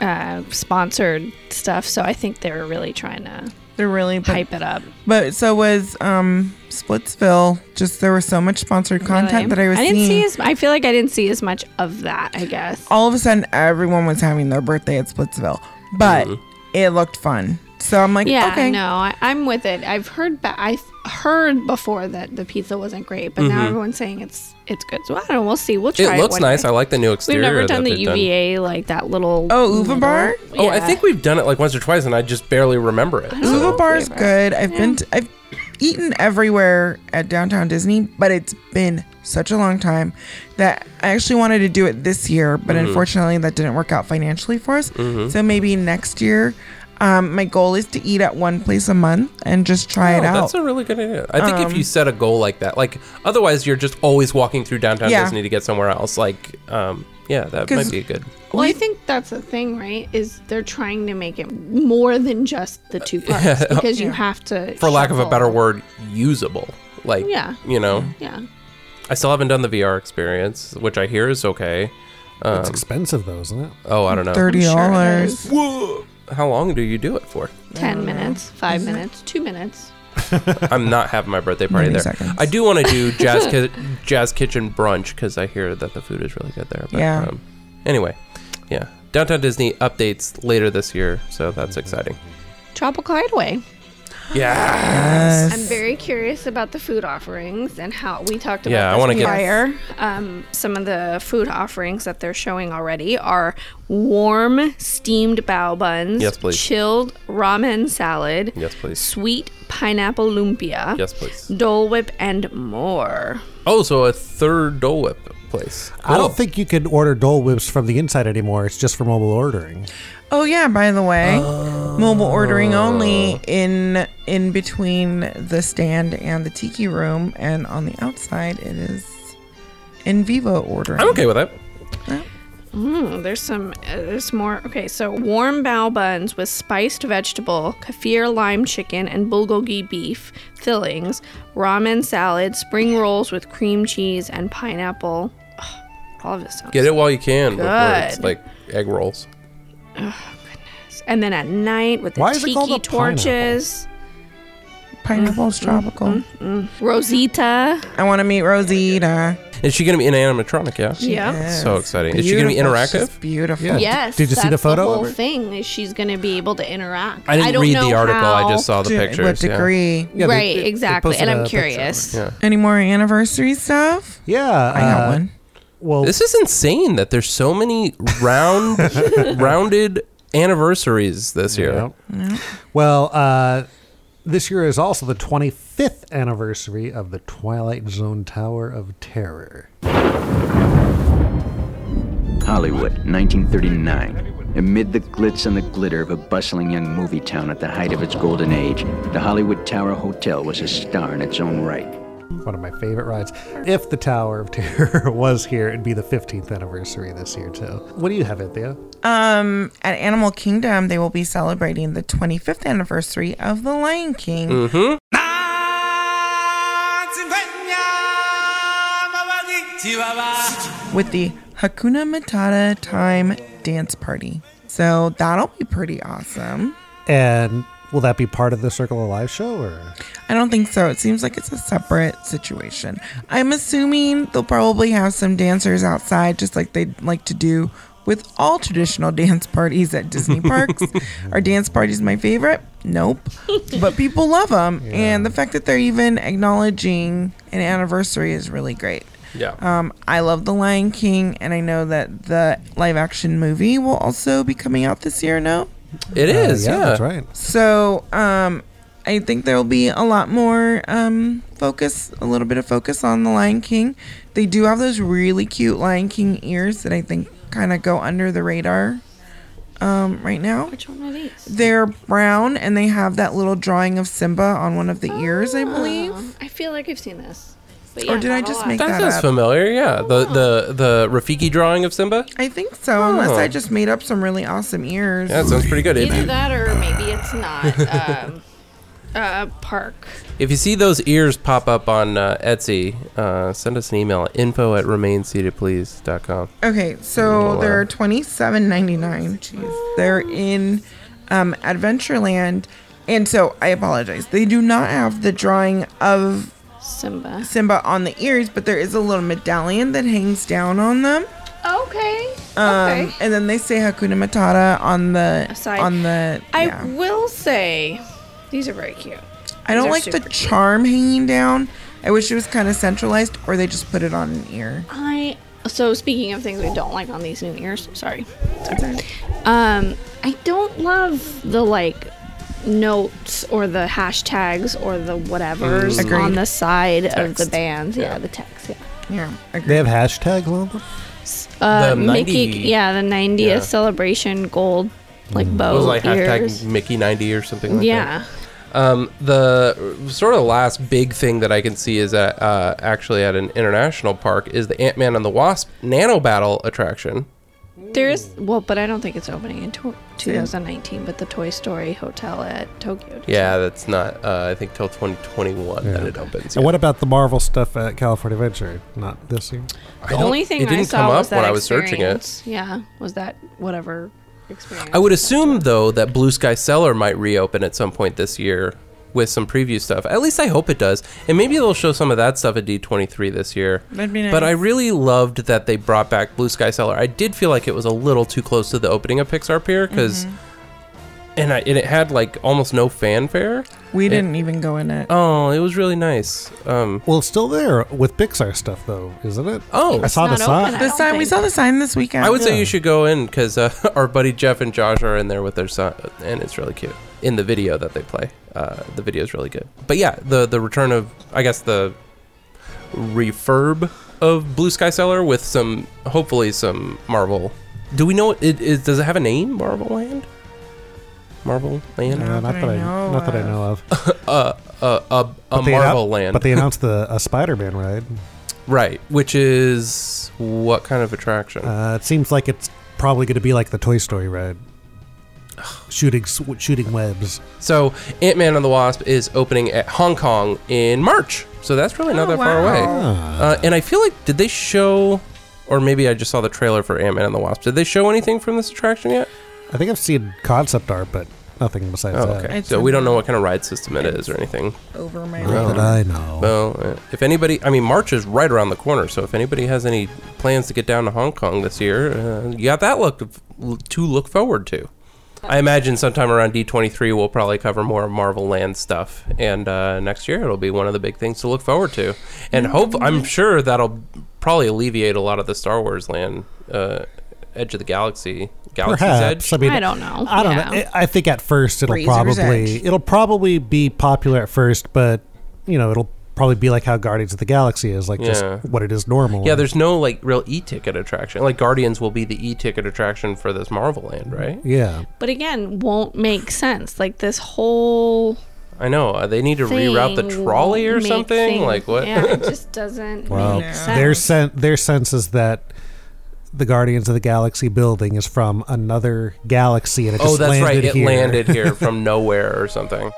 uh, sponsored stuff, so I think they're really trying to. They're really hype it up. But so was um Splitsville. Just there was so much sponsored content Really. that I was didn't seeing. see as. I feel like I didn't see as much of that. I guess. Oh, all of a sudden everyone was having their birthday at Splitsville, but Mm-hmm. it looked fun. So I'm like, yeah, okay, no, I, I'm with it. I've heard ba- I've heard before that the pizza wasn't great, but now Mhm. everyone's saying it's it's good. So I don't know. We'll see. We'll try. it looks one nice. day. I like the new exterior. We've never that done the they've UVA like that little. Oh, Uva Bar? Oh, I think we've done it like once or twice, and I just barely remember it. Uva Bar is good. I've been, to, I've eaten everywhere at Downtown Disney, but it's been such a long time that I actually wanted to do it this year, but Mm-hmm. Mhm. unfortunately that didn't work out financially for us. Mhm. So maybe next year. Um, my goal is to eat at one place a month and just try Oh, it out. That's a really good idea. I think if Um, you set a goal like that, like otherwise you're just always walking through downtown Yeah. Disney to get somewhere else. Like, um, yeah, that 'Cause- might be good. Well, I think that's the thing, right? Is they're trying to make it more than just the two <laughs> parts yeah. because you Yeah. have to, for lack of a shuffle. better word, usable. Like, Yeah. you know, Mm. Yeah. I still haven't done the VR experience, which I hear is okay. Um, it's expensive though, isn't it? oh, I don't know. Thirty dollars. Whoa. How long do you do it for? Uh, Ten minutes, five minutes, two minutes. I'm not having my birthday party there. I do want to do jazz ki- jazz kitchen brunch because I hear that the food is really good there. Yeah. Um, anyway, yeah. Downtown Disney updates later this year, so that's exciting. Tropical Hideaway. Yes. I'm very curious about the food offerings and how we talked about. Yeah, I this wanna get- prior. Um, some of the food offerings that they're showing already are warm steamed bao buns, Yes, please. chilled ramen salad, Yes, please. sweet pineapple lumpia, Yes, please. Dole Whip, and more. Oh, so a third Dole Whip place. I don't think you can order Dole Whips from the inside anymore. It's just for mobile ordering. Oh yeah, by the way, mobile ordering only in in between the stand and the tiki room, and on the outside it is in vivo ordering. I'm okay with that. Mm, there's some. Uh, there's more. Okay, so warm bao buns with spiced vegetable, kefir lime chicken, and bulgogi beef fillings, ramen salad, spring rolls with cream cheese and pineapple. Ugh, all of this sounds. Get it while you can before it's Good. like egg rolls. And then at night with the Why is it tiki called a torches. Pineapple's tropical. Rosita. I want to meet Rosita. Is she going to be an animatronic? Yeah. She Yeah. is. So exciting. Is she going to be Beautiful. interactive? She's beautiful. Yes. Did you see that's the photo? The whole thing is she's going to be able to interact. I didn't don't read the know article, I how- just saw the To what pictures, yeah. degree. Yeah, they- right. they- they exactly. posted And a I'm picture of it. curious. Any more anniversary stuff? Yeah, I got uh, one. Well, this is insane that there's so many <laughs> round, rounded anniversaries this year. Well, uh, this year is also the 25th anniversary of the Twilight Zone Tower of Terror. Hollywood, 1939. Amid the glitz and the glitter of a bustling young movie town at the height of its golden age, the Hollywood Tower Hotel was a star in its own right. One of my favorite rides. If the Tower of <laughs> Terror was here, it'd be the 15th anniversary this year, too. What do you have, Anthea? Um, at Animal Kingdom, they will be celebrating the 25th anniversary of The Lion King. Mm-hmm. with the Hakuna Matata Time Dance Party. So that'll be pretty awesome. And will that be part of the Circle of Life show? or I don't think so. It seems like it's a separate situation. I'm assuming they'll probably have some dancers outside, just like they'd like to do with all traditional <laughs> dance parties at Disney parks. Are dance parties my favorite? Nope. But people love them. And the fact that they're even acknowledging an anniversary is really great. Yeah. Um, I love The Lion King, and I know that the live action movie will also be coming out this year, no? It Uh, is, yeah, yeah. that's right. So, um, I think there'll be a lot more um, focus, a little bit of focus on the Lion King. They do have those really cute Lion King ears that I think kind of go under the radar um, right now. Which one are these? They're brown and they have that little drawing of Simba on one of the ears, I believe. Oh, I feel like I've seen this. But Or yeah, did I not a just lot. make That that sounds up? familiar. Yeah. The the the Rafiki drawing of Simba. I think so, unless Oh. I just made up some really awesome ears. Yeah, that sounds pretty good. Either If, that or maybe it's not um, <laughs> a park. if you see those ears pop up on uh, Etsy, uh, send us an email at info at remainseatedplease.com. Okay, so Wow. they're twenty seven ninety nine. Jeez, they're in um, Adventureland, and so I apologize. They do not have the drawing of Simba. Simba on the ears, but there is a little medallion that hangs down on them. Okay. Um, okay. And then they say Hakuna Matata on the Aside. on the. I yeah. will say, these are very cute. I These don't are like the super cute. charm hanging down. I wish it was kind of centralized, or they just put it on an ear. I so speaking of things we don't like on these new ears. Sorry. Sorry. Um, I don't love the like notes or the hashtags or the whatever's Mm. Agreed. on the side of the Text. bands. Yeah, the text. Yeah. Yeah. They have hashtags on them? Uh, The Mickey, 90 yeah, the 90th Yeah. celebration gold like bow It was like ears. hashtag Mickey ninety or something like that. yeah. Um, the sort of last big thing that I can see is that uh, actually at an international park is the Ant Man and the Wasp Nano Battle attraction. There's well, but I don't think it's opening in tw 2019. But the Toy Story Hotel at Tokyo. Yeah, that's not. Uh, I think till 2021 that it opens. And what about the Marvel stuff at California Adventure? Not this year. The only thing it didn't I saw come up was that when I was searching it. experience. Yeah, was that whatever experience. I would assume though that Blue Sky Cellar might reopen at some point this year with some preview stuff. At least I hope it does, and maybe they'll show some of that stuff at D23 this year. That'd be nice. But I really loved that they brought back Blue Sky Cellar. I did feel like it was a little too close to the opening of Pixar Pier because, Mhm. and, I, and it had like almost no fanfare. We It- didn't even go in it. Oh, it was really nice. Um, well, it's still there with Pixar stuff though, isn't it? Oh, I saw the sign. The sign. We saw the sign this weekend. I would say you should go in because uh, <laughs> our buddy Jeff and Josh are in there with their son, and it's really cute in the video that they play. Uh, the video is really good. But yeah, the the return of I guess the refurb of Blue Sky Cellar with some hopefully some Marvel. Do we know it is? Does it have a name? Marvel Land. Marvel Land. No, not that I, not that I know of. uh, uh, a a But they annou- Marvel Land. <laughs> But they announced the a Spider-Man ride. right, which is what kind of attraction? Uh, it seems like it's probably going to be like the Toy <sighs> Story ride, shooting sw- shooting webs. So Ant Man and the Wasp is opening at Hong Kong in March. So that's really not Oh, that far wow. away. Uh, and I feel like did they show, or maybe I just saw the trailer for Ant Man and the Wasp. Did they show anything from this attraction yet? I think I've seen concept art, but nothing besides Oh, that. okay. so we don't know what kind of ride system it is or anything. Over my Not that I know. Well, uh, if anybody, I mean, March is right around the corner. So if anybody has any plans to get down to Hong Kong this year, uh, you got that look to look forward to. I imagine sometime around D23 we'll probably cover more Marvel Land stuff, and uh, next year it'll be one of the big things to look forward to. And hope I'm sure that'll probably alleviate a lot of the Star Wars Land, uh, Edge of the Galaxy, Galaxy's Perhaps. Edge. I mean, I don't know. I I think at first it'll Razor's probably Edge. it'll probably be popular at first, but you know it'll probably be like how Guardians of the Galaxy is, like Yeah. just what it is normal. Yeah, there's no like real e-ticket attraction. Like Guardians will be the e-ticket attraction for this Marvel Land, right? Yeah. But again, won't make sense. Like this whole I know. Uh, they need to reroute the thing trolley or won't make something. things- Like what? <laughs> Yeah, it just doesn't Well, make sense. their sen- their sense is that the Guardians of the Galaxy building is from another galaxy, and it oh, just that's landed right. It here. landed here from nowhere or something.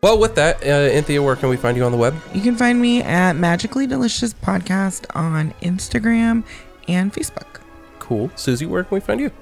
Well, with that, uh, Anthea, where can we find you on the web? You can find me at Magically Delicious Podcast on Instagram and Facebook. Cool. Susie, where can we find you?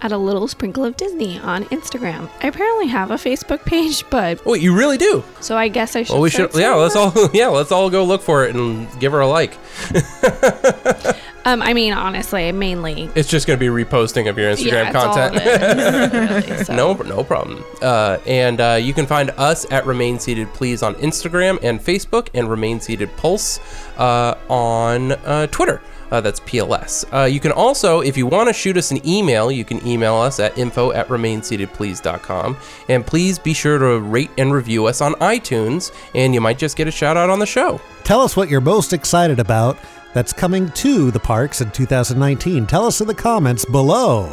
At a little sprinkle of Disney on Instagram. I apparently have a Facebook page, <laughs> but Oh, wait, you really do. So I guess I should. Well, we start should. Yeah, let's all. <laughs> Yeah, let's all go look for it and give her a like. saying- Um, I mean, honestly, mainly. It's just going to be reposting of your Instagram Yeah, it's all content. of it, <laughs> really, so. No, no problem. Uh, and uh, you can find us at Remain Seated Please on Instagram and Facebook, and Remain Seated Pulse uh, on uh, Twitter. Uh, that's PLS. Uh, you can also, if you want to shoot us an email, you can email us at info at remainseatedplease.com. And please be sure to rate and review us on iTunes, and you might just get a shout out on the show. <laughs> Tell us what you're most excited about that's coming to the parks in 2019. Tell us in the comments below.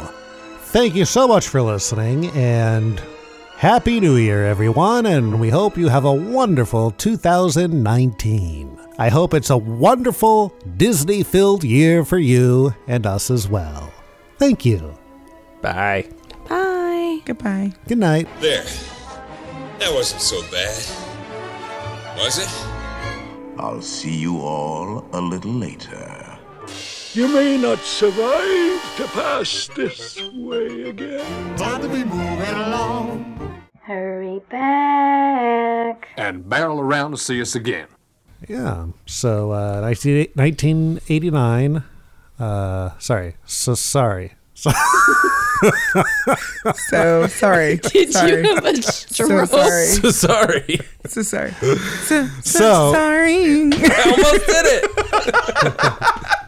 Thank you so much for listening and Happy New Year, everyone, and we hope you have a wonderful 2019. I hope it's a wonderful Disney filled year for you and us as well. Thank you. Bye. Bye. Goodbye. Good night. There. That wasn't so bad. Was it? I'll see you all a little later. You may not survive to pass this way again. Time to be moving along. Hurry back. and barrel around to see us again. Yeah. So uh, 19- 1989. Uh, sorry. So sorry. So, So <laughs> sorry. Did you sorry. have a So <laughs> stroke? sorry. So sorry. So <laughs> sorry. So, so So- sorry. I almost did it.